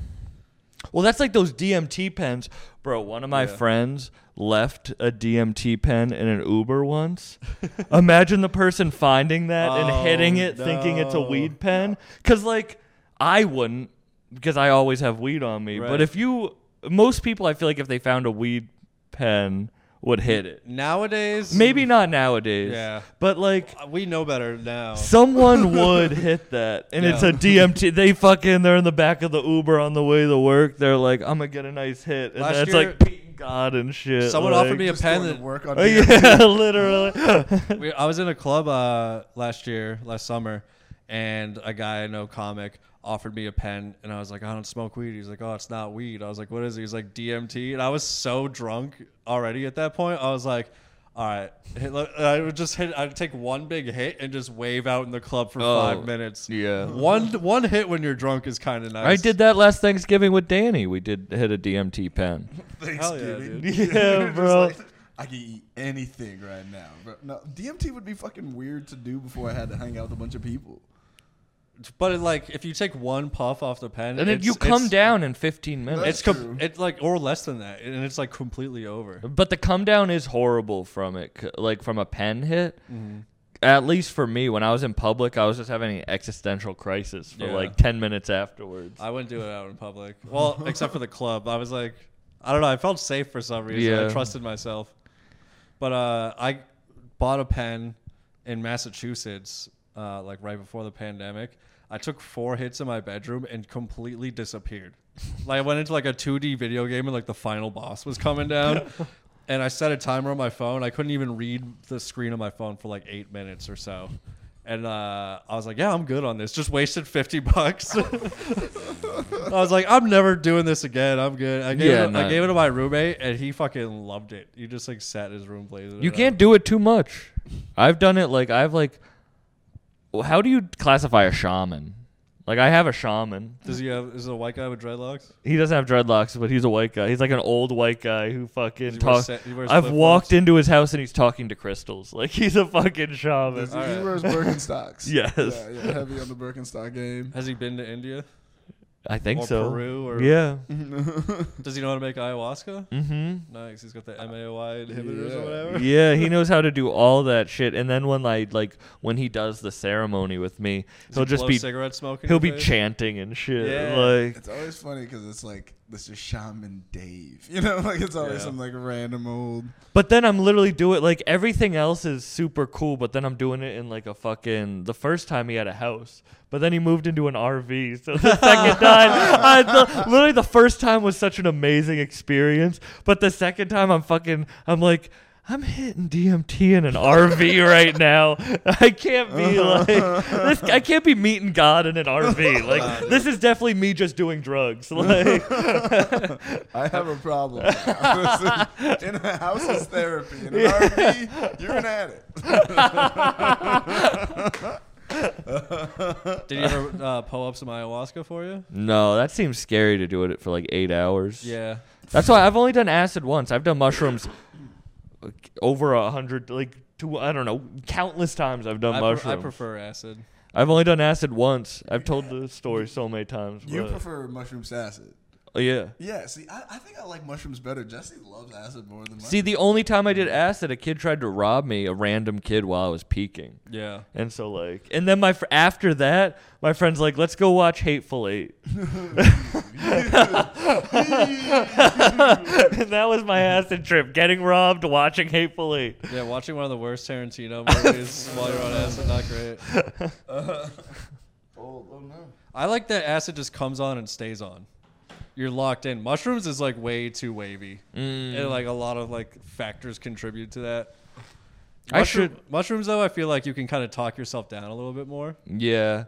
[SPEAKER 2] Well, that's like those DMT pens, bro. One of my
[SPEAKER 1] Yeah.
[SPEAKER 2] friends left a DMT pen in an Uber once. Imagine the person finding that
[SPEAKER 1] Oh,
[SPEAKER 2] and hitting it, thinking it's a
[SPEAKER 1] no.
[SPEAKER 2] weed pen. Because like I wouldn't, because I always have weed on me.
[SPEAKER 1] Right.
[SPEAKER 2] But if you, most people, I feel like if they found a weed pen, would hit it.
[SPEAKER 1] Nowadays,
[SPEAKER 2] Maybe not nowadays.
[SPEAKER 1] Yeah.
[SPEAKER 2] But like
[SPEAKER 1] uh, we know better now.
[SPEAKER 2] Someone would hit that, and it's
[SPEAKER 1] Yeah.
[SPEAKER 2] a DMT. They fucking they're in the back of the Uber on the way to work. They're like, I'm gonna get a nice hit, and
[SPEAKER 1] Last
[SPEAKER 2] that's
[SPEAKER 1] year-
[SPEAKER 2] like beating God and shit.
[SPEAKER 1] Someone
[SPEAKER 2] like-
[SPEAKER 1] offered me a
[SPEAKER 3] Just
[SPEAKER 1] pen.
[SPEAKER 3] doing
[SPEAKER 1] That,
[SPEAKER 3] work on
[SPEAKER 2] Oh,
[SPEAKER 3] DMT.
[SPEAKER 2] yeah, literally.
[SPEAKER 1] we, I was in a club uh, last year, last summer, and a guy I know, comic, offered me a pen, and I was like, I don't smoke weed. He's like, Oh, it's not weed. I was like, What is it? He's like, DMT. And I was so drunk already at that point. I was like. All right, hit, I would just hit. I'd take one big hit and just wave out in the club for
[SPEAKER 2] Oh,
[SPEAKER 1] five minutes.
[SPEAKER 2] yeah.
[SPEAKER 1] one one hit when you're drunk is kind of nice.
[SPEAKER 2] I did that last Thanksgiving with Danny. We did hit a DMT pen.
[SPEAKER 3] Thanksgiving.
[SPEAKER 1] dude.
[SPEAKER 2] Yeah,
[SPEAKER 3] Just
[SPEAKER 2] bro.
[SPEAKER 3] like, I could eat anything right now. Bro. No, DMT would be fucking weird to do before I had to hang out with a bunch of people.
[SPEAKER 1] But it, like, if you take one puff off the pen,
[SPEAKER 2] And then
[SPEAKER 1] it's-
[SPEAKER 2] you come
[SPEAKER 1] it's-
[SPEAKER 2] down in 15 minutes.
[SPEAKER 1] It's
[SPEAKER 3] That's
[SPEAKER 1] com-
[SPEAKER 3] true.
[SPEAKER 1] it's like or less than that, and it's like completely over.
[SPEAKER 2] But the come down is horrible from it, c- like from a pen hit. At least for me, when I was in public, I was just having an existential crisis for
[SPEAKER 1] Yeah.
[SPEAKER 2] like 10 minutes afterwards.
[SPEAKER 1] I wouldn't do it out in public. Well, except for the club. I was like, I don't know. I felt safe for some reason. I
[SPEAKER 2] Yeah.
[SPEAKER 1] trusted myself. But uh, I bought a pen in Massachusetts, uh, like right before the pandemic. I took four hits in my bedroom and completely disappeared. like I went into like a 2D video game and like the final boss was coming down. and I set a timer on my phone. I couldn't even read the screen on my phone for like eight minutes or so. And uh, I was like, yeah, I'm good on this. Just wasted 50 bucks. I was like, I'm never doing this again. I'm good. I gave,
[SPEAKER 2] Yeah,
[SPEAKER 1] it, I
[SPEAKER 2] no.
[SPEAKER 1] gave it to my roommate, and he fucking loved it. He just like sat in his room blazing.
[SPEAKER 2] You can't do it too much. I've done it like I've like. well, How do you classify a shaman? Like I have a shaman.
[SPEAKER 1] Does he have? Is it a white guy with dreadlocks?
[SPEAKER 2] He doesn't have dreadlocks, but he's a white guy. He's like an old white guy who fucking
[SPEAKER 1] He wears
[SPEAKER 2] talks.
[SPEAKER 1] sa- he wears
[SPEAKER 2] I've
[SPEAKER 1] flip-flops?
[SPEAKER 2] walked into his house and he's talking to crystals. Like he's a fucking shaman.
[SPEAKER 3] Does
[SPEAKER 1] All
[SPEAKER 3] he
[SPEAKER 1] right.
[SPEAKER 3] wears Birkenstocks?
[SPEAKER 2] Yes.
[SPEAKER 3] Yeah, yeah, heavy on the Birkenstock game.
[SPEAKER 1] Has he been to India?
[SPEAKER 2] I think
[SPEAKER 1] or
[SPEAKER 2] so.
[SPEAKER 1] Peru or-
[SPEAKER 2] yeah.
[SPEAKER 1] Does he know how to make ayahuasca?
[SPEAKER 2] Mm-hmm.
[SPEAKER 1] Nice. He's got the MAOI inhibitors
[SPEAKER 3] Yeah.
[SPEAKER 1] or whatever.
[SPEAKER 2] yeah, he knows how to do all that shit. And then when like like when he does the ceremony with me,
[SPEAKER 1] Does
[SPEAKER 2] he'll
[SPEAKER 1] he
[SPEAKER 2] just
[SPEAKER 1] blow
[SPEAKER 2] be
[SPEAKER 1] cigarette smoking.
[SPEAKER 2] he'll be chanting and shit.
[SPEAKER 1] Yeah.
[SPEAKER 2] Like
[SPEAKER 3] It's always funny because it's like this is Shaman Dave, you know, like it's always
[SPEAKER 1] Yeah.
[SPEAKER 3] some like random old.
[SPEAKER 2] But then I'm literally doing like everything else is super cool, but then I'm doing it in like a fucking. The first time he had a house, but then he moved into an RV. So the second time, I, the, literally the first time was such an amazing experience, but the second time I'm fucking. I'm like. I'm hitting DMT in an RV right now. I can't be like this. I can't be meeting God in an RV. Like this is definitely me just doing drugs. Like
[SPEAKER 3] I have a problem. now. in a house is therapy. In an RV, you're an addict.
[SPEAKER 1] Did he ever uh, pull up some ayahuasca for you?
[SPEAKER 2] no, that seems scary to do it for like eight hours.
[SPEAKER 1] Yeah.
[SPEAKER 2] That's why I've only done acid once. I've done mushrooms like, over a hundred, like two, I don't know, countless times. I've done
[SPEAKER 1] I, pre- I
[SPEAKER 2] mushrooms.
[SPEAKER 1] prefer acid.
[SPEAKER 2] I've only done acid once. I've told the story so many times.
[SPEAKER 3] You
[SPEAKER 2] but- Oh,
[SPEAKER 3] prefer mushroom acid.
[SPEAKER 2] yeah.
[SPEAKER 3] Yeah, see, I, I think I like mushrooms better. Jesse loves acid more than
[SPEAKER 2] See, the only time I did acid, a kid tried to rob me, a random kid, while I was peeking.
[SPEAKER 1] Yeah.
[SPEAKER 2] And so, like, and then my fr- after that, my friend's like, "Let's go watch Hateful Eight. and that was my acid trip: getting robbed, watching Hateful Eight.
[SPEAKER 1] Yeah, watching one of the worst Tarantino movies while you're on acid, not great.
[SPEAKER 3] Uh, Oh, oh no.
[SPEAKER 1] I like that acid just comes on and stays on. You're locked in. Mushrooms is like way too wavy,
[SPEAKER 2] Mm.
[SPEAKER 1] and like a lot of like factors contribute to that.
[SPEAKER 2] I
[SPEAKER 1] should mushrooms though. I feel like you can kind of talk yourself down a little bit more,
[SPEAKER 2] Yeah.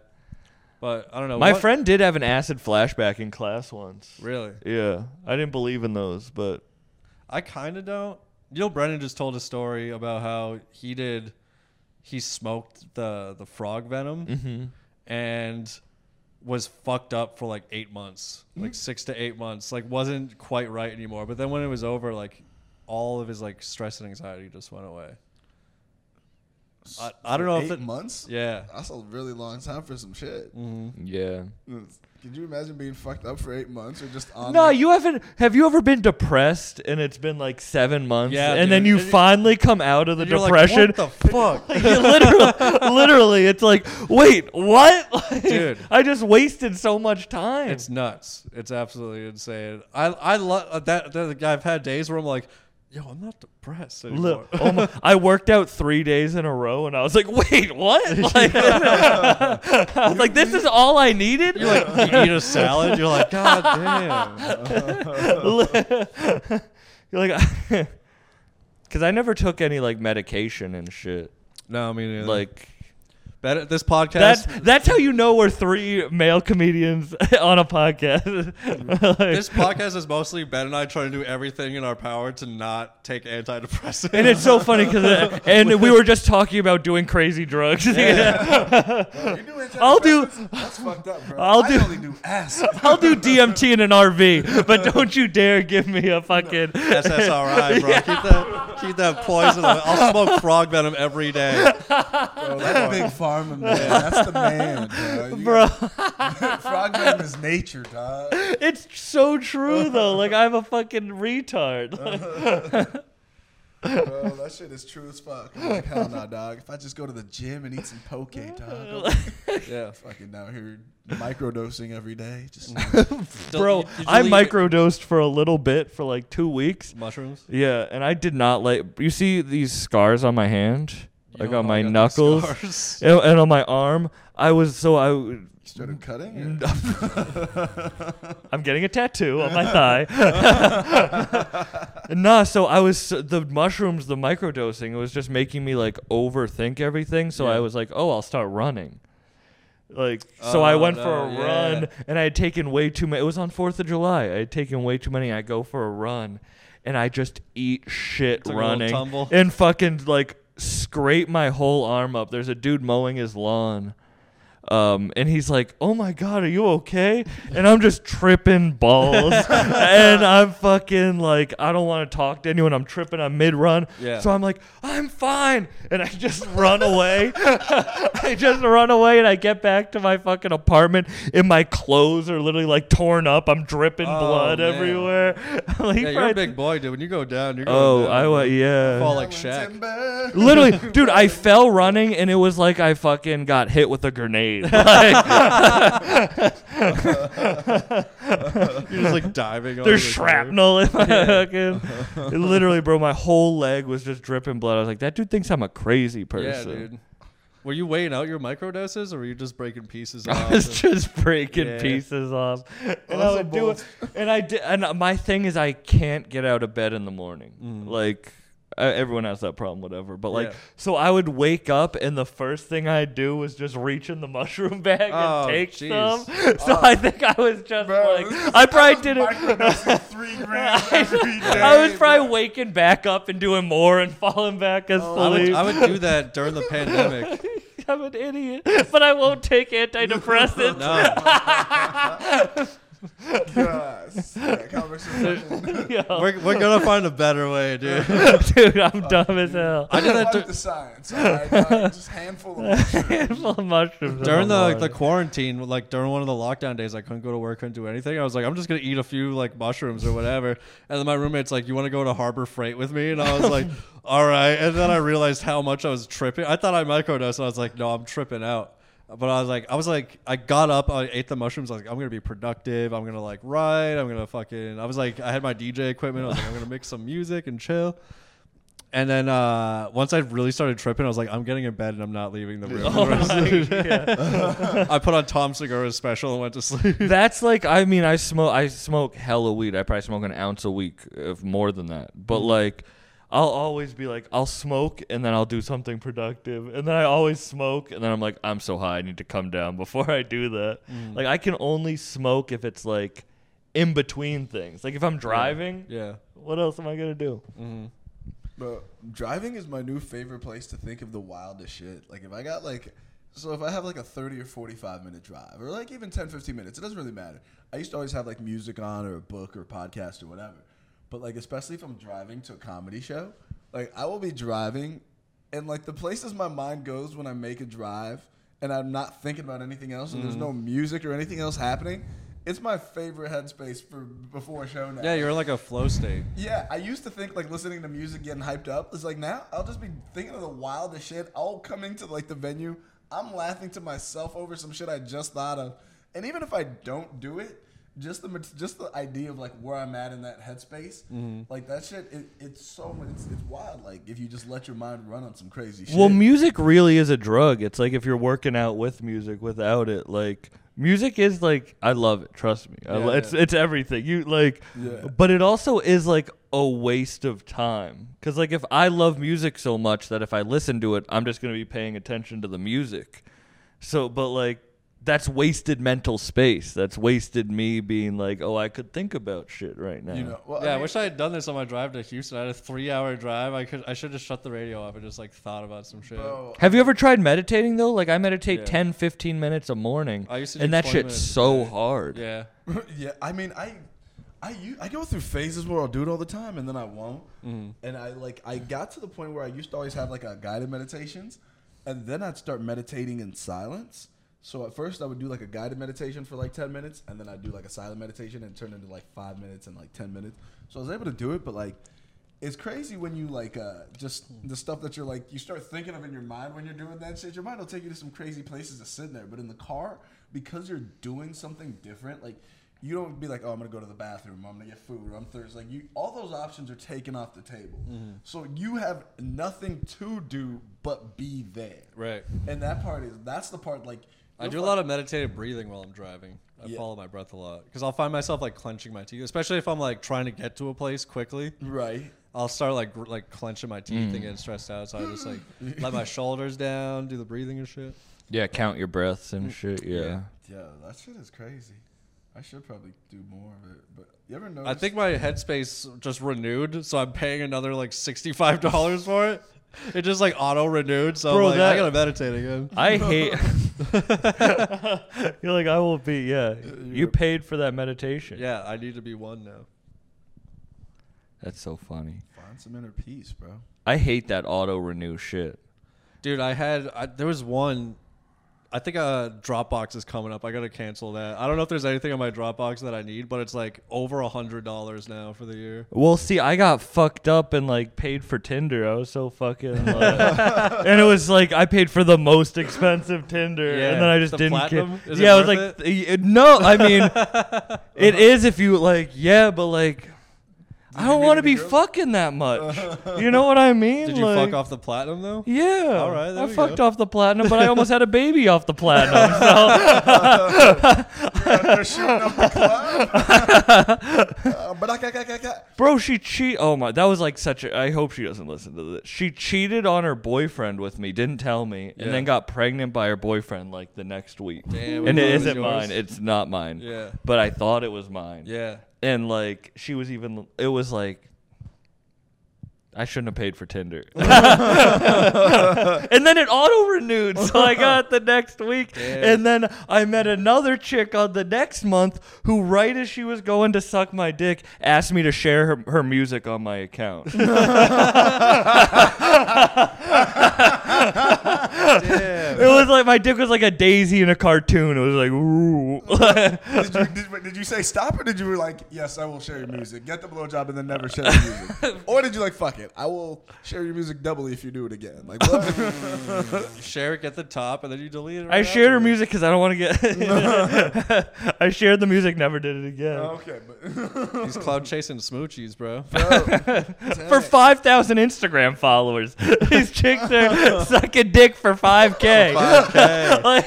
[SPEAKER 1] but I don't know.
[SPEAKER 2] My
[SPEAKER 1] What-
[SPEAKER 2] friend did have an acid flashback in class once.
[SPEAKER 1] really,
[SPEAKER 2] Yeah, I didn't believe in those, but
[SPEAKER 1] I kind of don't. You know, Brennan just told a story about how he did. He smoked the the frog venom,
[SPEAKER 2] Mm-hmm.
[SPEAKER 1] and was fucked up for like eight months, like
[SPEAKER 2] Mm.
[SPEAKER 1] six to eight months. Like wasn't quite right anymore. But then when it was over, like all of his like stress and anxiety just went away. I, I don't know if
[SPEAKER 3] Eight
[SPEAKER 1] it,
[SPEAKER 3] months.
[SPEAKER 1] yeah.
[SPEAKER 3] That's a really long time for some shit.
[SPEAKER 2] Mm. Yeah.
[SPEAKER 3] Could you imagine being fucked up for eight months or just on?
[SPEAKER 2] No,
[SPEAKER 3] like-
[SPEAKER 2] you haven't. Have you ever been depressed and it's been like seven months,
[SPEAKER 1] Yeah,
[SPEAKER 2] and then
[SPEAKER 1] dude.
[SPEAKER 2] you
[SPEAKER 1] And you-
[SPEAKER 2] finally come out of the
[SPEAKER 1] You're like,
[SPEAKER 2] depression?
[SPEAKER 1] what the fuck?
[SPEAKER 2] You literally, literally, it's like, wait, what? Like,
[SPEAKER 1] Dude.
[SPEAKER 2] I just wasted so much time.
[SPEAKER 1] It's nuts. It's absolutely insane. I I love that, that. I've had days where I'm like, yo, I'm not depressed
[SPEAKER 2] Li-
[SPEAKER 1] anymore.
[SPEAKER 2] oh my- I worked out three days in a row, and I was like, "Wait, what?" Like, I was like, "This is all I needed."
[SPEAKER 1] You're like, you eat a salad. You're like, God damn.
[SPEAKER 2] You're like, because I never took any like medication and shit.
[SPEAKER 1] No, I mean, like
[SPEAKER 2] Like
[SPEAKER 1] better, this podcast.
[SPEAKER 2] that's that's how you know we're three male comedians on a podcast. Like,
[SPEAKER 1] this podcast is mostly Ben and I trying to do everything in our power to not take antidepressants.
[SPEAKER 2] and it's so funny because and we were just talking about doing crazy drugs.
[SPEAKER 3] You do antidepressants?
[SPEAKER 2] I'll do-
[SPEAKER 3] That's fucked up, bro.
[SPEAKER 2] I'll
[SPEAKER 3] I
[SPEAKER 2] do-
[SPEAKER 3] only do ass.
[SPEAKER 2] I'll do DMT in an RV, but don't you dare give me a fucking
[SPEAKER 1] SSRI, bro. Keep that keep that poison. away. I'll smoke frog venom every day.
[SPEAKER 3] Bro, that big farmer man. That's the man, bro. You
[SPEAKER 2] bro.
[SPEAKER 3] got- Frogman is nature, dog.
[SPEAKER 2] It's so true though. Like I'm a fucking retard.
[SPEAKER 1] Uh,
[SPEAKER 3] Bro, that shit is true as fuck. I'm like, hell nah, dog. If I just go to the gym and eat some poke, dog. I'm
[SPEAKER 1] Yeah,
[SPEAKER 3] fucking out here microdosing every day. Just
[SPEAKER 2] Mm. Bro,
[SPEAKER 1] Did you
[SPEAKER 2] I
[SPEAKER 1] leave-
[SPEAKER 2] microdosed for a little bit for like 2 weeks.
[SPEAKER 1] mushrooms.
[SPEAKER 2] Yeah, and I did not like you see these scars on my hand, like
[SPEAKER 1] don't
[SPEAKER 2] on
[SPEAKER 1] know
[SPEAKER 2] my
[SPEAKER 1] I got oh these
[SPEAKER 2] knuckles
[SPEAKER 1] scars.
[SPEAKER 2] and, and on my arm. I was so I
[SPEAKER 3] started
[SPEAKER 2] Mm.
[SPEAKER 3] cutting. Or?
[SPEAKER 2] I'm getting a tattoo on my thigh. nah, so I was the mushrooms, the microdosing, it was just making me like overthink everything. So I was like, oh, I'll start running. Like, so I
[SPEAKER 1] Oh,
[SPEAKER 2] went for
[SPEAKER 1] no,
[SPEAKER 2] a
[SPEAKER 1] yeah.
[SPEAKER 2] run, and I had taken way too many. It was on Fourth of July. I had taken way too many. I go for a run, and I just eat shit
[SPEAKER 1] Took a little
[SPEAKER 2] running
[SPEAKER 1] tumble.
[SPEAKER 2] and fucking like scrape my whole arm up. There's a dude mowing his lawn. Um, and he's like, "Oh my god, are you okay?" And I'm just tripping balls, and I'm fucking like, I don't want to talk to anyone. I'm tripping. I'm mid run,
[SPEAKER 1] Yeah.
[SPEAKER 2] so I'm like, I'm fine, and I just run away. I just run away, and I get back to my fucking apartment, and my clothes are literally like torn up. I'm dripping
[SPEAKER 1] Oh,
[SPEAKER 2] blood
[SPEAKER 1] man.
[SPEAKER 2] everywhere. Like,
[SPEAKER 1] Yeah, you're a
[SPEAKER 2] right-
[SPEAKER 1] big boy, dude. When you go down, you're going
[SPEAKER 2] Oh,
[SPEAKER 1] down.
[SPEAKER 2] I wa-
[SPEAKER 1] You
[SPEAKER 2] yeah.
[SPEAKER 1] fall like Shaq.
[SPEAKER 3] Timber.
[SPEAKER 2] Literally, dude, I fell running and it was like I fucking got hit with a grenade. Like,
[SPEAKER 1] You're just like diving.
[SPEAKER 2] there's
[SPEAKER 1] over the
[SPEAKER 2] shrapnel in my fucking. it Literally, bro, my whole leg was just dripping blood. I was like, that dude thinks I'm a crazy
[SPEAKER 1] curb.
[SPEAKER 2] person.
[SPEAKER 1] Yeah, dude. Were you weighing out your microdoses, or were you just breaking pieces?
[SPEAKER 2] I
[SPEAKER 1] off
[SPEAKER 2] was
[SPEAKER 1] and-
[SPEAKER 2] just breaking
[SPEAKER 1] Yeah.
[SPEAKER 2] pieces off, and I
[SPEAKER 3] Also
[SPEAKER 2] would do it. And I did. And uh, my thing is, I can't get out of bed in the morning. Like uh, everyone has that problem, whatever. But like,
[SPEAKER 1] Mm. Yeah.
[SPEAKER 2] so I would wake up, and the first thing I'd do was just reach in the mushroom bag
[SPEAKER 1] Oh,
[SPEAKER 2] and take
[SPEAKER 1] jeez. Oh.
[SPEAKER 2] some. So I think I was just
[SPEAKER 3] Bro,
[SPEAKER 2] like,
[SPEAKER 3] this is-
[SPEAKER 2] I
[SPEAKER 3] was
[SPEAKER 2] probably didn't.
[SPEAKER 3] microdosing three grams every day.
[SPEAKER 2] I was probably waking back up and doing more and falling back asleep.
[SPEAKER 1] I would, I would do that during the pandemic.
[SPEAKER 2] I'm an idiot, but I won't take antidepressants.
[SPEAKER 1] No,
[SPEAKER 3] Yes. That conversation.
[SPEAKER 2] Yo.
[SPEAKER 1] we're, we're gonna find a better way, dude.
[SPEAKER 2] Dude, I'm dumb as hell.
[SPEAKER 1] I did that
[SPEAKER 3] Fuck
[SPEAKER 1] dur-
[SPEAKER 3] the science. All right, dog. Just handful of
[SPEAKER 2] Handful of mushrooms. in
[SPEAKER 1] during
[SPEAKER 2] my
[SPEAKER 1] the the
[SPEAKER 2] water.
[SPEAKER 1] quarantine. Like during one of the lockdown days, I couldn't go to work, couldn't do anything. I was like, I'm just gonna eat a few like mushrooms or whatever. And then my roommate's like, "You want to go to Harbor Freight with me?" And I was like, "All right." And then I realized how much I was tripping. I thought I microdosed, and I was like, "No, I'm tripping out." But I was like, I was like, I got up, I ate the mushrooms. I was like, I'm gonna be productive. I'm gonna like ride. I'm gonna fucking. I was like, I had my DJ equipment. I was like, I'm gonna make some music and chill. And then uh, once I really started tripping, I was like, I'm getting in bed and I'm not leaving the room.
[SPEAKER 2] Oh
[SPEAKER 1] for the rest of the day. I put on Tom Segura's special and went to sleep.
[SPEAKER 2] That's like I mean I smoke I smoke hella weed. I probably smoke an ounce a week, if more than that. But
[SPEAKER 1] Mm-hmm.
[SPEAKER 2] like, I'll always be like I'll smoke and then I'll do something productive, and then I always smoke and then I'm like I'm so high I need to come down before I do that.
[SPEAKER 1] Mm.
[SPEAKER 2] Like I can only smoke if it's like in between things. Like if I'm driving,
[SPEAKER 1] Yeah. mm-hmm.
[SPEAKER 2] what else am I gonna do?
[SPEAKER 3] Bro, driving is my new favorite place to think of the wildest shit. Like if I got like so if I have like a 30 or 45 minute drive or like even 10 15 minutes, it doesn't really matter. I used to always have like music on or a book or a podcast or whatever. But like especially if I'm driving to a comedy show, like I will be driving And like the places my mind goes when I make a drive and I'm not thinking about anything else and there's
[SPEAKER 1] Mm.
[SPEAKER 3] no music or anything else happening, it's my favorite headspace for before a show now.
[SPEAKER 1] Yeah, you're in like a flow state.
[SPEAKER 3] Yeah, I used to think like listening to music getting hyped up is like now I'll just be thinking of the wildest shit. I'll come into like the venue, I'm laughing to myself over some shit I just thought of, and even if I don't do it, just the mat- just the idea of like where I'm at in that headspace,
[SPEAKER 1] Mm-hmm.
[SPEAKER 3] like that shit, it, it's so it's, it's wild. Like if you just let your mind run on some crazy shit.
[SPEAKER 2] Well, music really is a drug. It's like if you're working out with music, without it, like music is like I love it. Trust me, I
[SPEAKER 1] Yeah,
[SPEAKER 2] lo- it's it's everything. You like,
[SPEAKER 3] Yeah.
[SPEAKER 2] but it also is like a waste of time. Cause like if I love music so much that if I listen to it, I'm just gonna be paying attention to the music. So, but like that's wasted mental space. That's wasted me being like, oh, I could think about shit right now.
[SPEAKER 3] you know. Well,
[SPEAKER 1] yeah, I,
[SPEAKER 3] mean,
[SPEAKER 1] wish I had done this on my drive to Houston. I had a three-hour drive. I could, I should have shut the radio off and just like thought about some shit.
[SPEAKER 3] bro,
[SPEAKER 2] Have you ever tried meditating though? Like I meditate
[SPEAKER 1] Yeah.
[SPEAKER 2] ten, fifteen 10, 15 minutes a morning.
[SPEAKER 1] I used to do
[SPEAKER 2] and that
[SPEAKER 1] 20
[SPEAKER 2] shit's
[SPEAKER 1] minutes a
[SPEAKER 2] so
[SPEAKER 1] day.
[SPEAKER 2] hard.
[SPEAKER 1] Yeah,
[SPEAKER 3] yeah, I mean, I, I, u- I go through phases where I'll do it all the time, and then I won't. And I like, I got to the point where I used to always have like a guided meditations, and then I'd start meditating in silence. So at first, I would do like a guided meditation for like ten minutes, and then I'd do like a silent meditation and turn into like five minutes and like ten minutes. So I was able to do it, but like. It's crazy when you like uh, just
[SPEAKER 1] Hmm.
[SPEAKER 3] the stuff that you're like you start thinking of in your mind when you're doing that shit. Your mind will take you to some crazy places to sit there, but in the car because you're doing something different, like you don't be like, oh, I'm gonna go to the bathroom, I'm gonna get food, or I'm thirsty. Like you, all those options are taken off the table.
[SPEAKER 1] Mm-hmm.
[SPEAKER 3] So you have nothing to do but be there.
[SPEAKER 1] right.
[SPEAKER 3] And that part is that's the part like
[SPEAKER 1] I do a lot of meditative breathing while I'm driving. I
[SPEAKER 3] Yeah.
[SPEAKER 1] follow my breath a lot because I'll find myself like clenching my teeth, especially if I'm like trying to get to a place quickly.
[SPEAKER 3] right.
[SPEAKER 1] I'll start like gr- like clenching my teeth
[SPEAKER 3] Mm.
[SPEAKER 1] and getting stressed out, so I just like let my shoulders down, do the breathing and shit.
[SPEAKER 2] Yeah, count your breaths
[SPEAKER 1] Mm.
[SPEAKER 2] and shit. Yeah.
[SPEAKER 3] Yeah, that shit is crazy. I should probably do more of it, but you ever know?
[SPEAKER 1] I think my headspace just renewed, so I'm paying another like sixty five dollars for it. It just like auto renewed, so
[SPEAKER 2] Bro,
[SPEAKER 1] I'm like,
[SPEAKER 2] that-
[SPEAKER 1] I gotta meditate again.
[SPEAKER 2] I hate. You're like, I will be. Yeah. You paid for that meditation.
[SPEAKER 1] Uh, Yeah, I need to be one now.
[SPEAKER 2] That's so funny.
[SPEAKER 3] find some inner peace, bro.
[SPEAKER 2] I hate that auto renew shit.
[SPEAKER 1] Dude, I had I, there was one. I think uh, Dropbox is coming up. I gotta cancel that. I don't know if there's anything on my Dropbox that I need, but it's like over a hundred dollars now for the year.
[SPEAKER 2] Well, see, I got fucked up and like paid for Tinder. I was so fucking. Like, and it was like I paid for the most expensive Tinder,
[SPEAKER 1] Yeah.
[SPEAKER 2] and then I just
[SPEAKER 1] The
[SPEAKER 2] didn't. care.
[SPEAKER 1] platinum? Is it
[SPEAKER 2] yeah, I was
[SPEAKER 1] worth
[SPEAKER 2] like, th- it- no. I mean, it is if you like, yeah, but like, I don't
[SPEAKER 3] meet
[SPEAKER 2] want to
[SPEAKER 3] any
[SPEAKER 2] be
[SPEAKER 3] girls?
[SPEAKER 2] fucking that much. you know what I mean?
[SPEAKER 1] Did you
[SPEAKER 2] Like,
[SPEAKER 1] fuck off the platinum though?
[SPEAKER 2] Yeah,
[SPEAKER 1] All right, there
[SPEAKER 2] I
[SPEAKER 1] we
[SPEAKER 2] fucked
[SPEAKER 1] go.
[SPEAKER 2] off the platinum, but I almost had a baby off the platinum. So
[SPEAKER 3] They're shooting up the club. Uh, but I, I, I, I,
[SPEAKER 2] Bro, she cheat. Oh my, that was like such. a I hope she doesn't listen to this. She cheated on her boyfriend with me, didn't tell me,
[SPEAKER 1] Yeah.
[SPEAKER 2] and then got pregnant by her boyfriend like the next week.
[SPEAKER 1] Damn, I
[SPEAKER 2] and
[SPEAKER 1] thought
[SPEAKER 2] it
[SPEAKER 1] it was
[SPEAKER 2] isn't
[SPEAKER 1] yours.
[SPEAKER 2] mine. It's not mine.
[SPEAKER 1] Yeah.
[SPEAKER 2] But I thought it was mine.
[SPEAKER 1] Yeah.
[SPEAKER 2] And like she was even. It was like. I shouldn't have paid for Tinder. and then it auto renewed, so I got it the next week.
[SPEAKER 1] Damn.
[SPEAKER 2] And then I met another chick on the next month who, right as she was going to suck my dick, asked me to share her, her music on my account.
[SPEAKER 1] Damn.
[SPEAKER 2] It was like my dick was like a daisy in a cartoon. It was like, ooh.
[SPEAKER 3] did, you, did, wait, did you say stop or did you were like, yes, I will share your music, get the blowjob and then never share your music? or did you like, fuck it, I will share your music doubly if you do it again? Like, what?
[SPEAKER 1] You share it at the top, and then you delete it.
[SPEAKER 2] I
[SPEAKER 1] right
[SPEAKER 2] shared her
[SPEAKER 1] afterwards.
[SPEAKER 2] music because I don't want to get. I shared the music, never did it again.
[SPEAKER 3] okay, but.
[SPEAKER 1] He's cloud chasing smoochies, bro.
[SPEAKER 2] for 5,000 Instagram followers. These chicks are sucking dick for 5K.
[SPEAKER 1] 5K.
[SPEAKER 2] Like,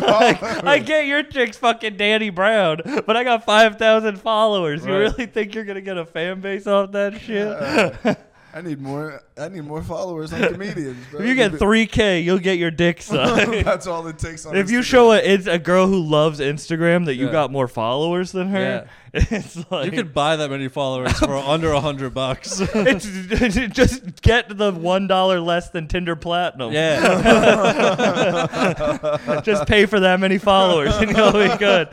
[SPEAKER 2] like,
[SPEAKER 3] followers.
[SPEAKER 2] I get your chicks fucking Danny Brown, but I got 5,000 followers. You
[SPEAKER 1] Right.
[SPEAKER 2] really think you're going to get a fan base off that shit?
[SPEAKER 3] I need more. I need more followers on comedians. Bro.
[SPEAKER 2] if you get 3K, you'll get your dick sucked.
[SPEAKER 3] that's all it takes. On
[SPEAKER 2] If you
[SPEAKER 3] Instagram.
[SPEAKER 2] show a, it's a girl who loves Instagram that you
[SPEAKER 1] Yeah.
[SPEAKER 2] got more followers than her, it's like
[SPEAKER 1] You could buy that many followers for under a hundred bucks.
[SPEAKER 2] it's, just get the one dollar less than Tinder Platinum.
[SPEAKER 1] yeah.
[SPEAKER 2] just pay for that many followers and you'll be good.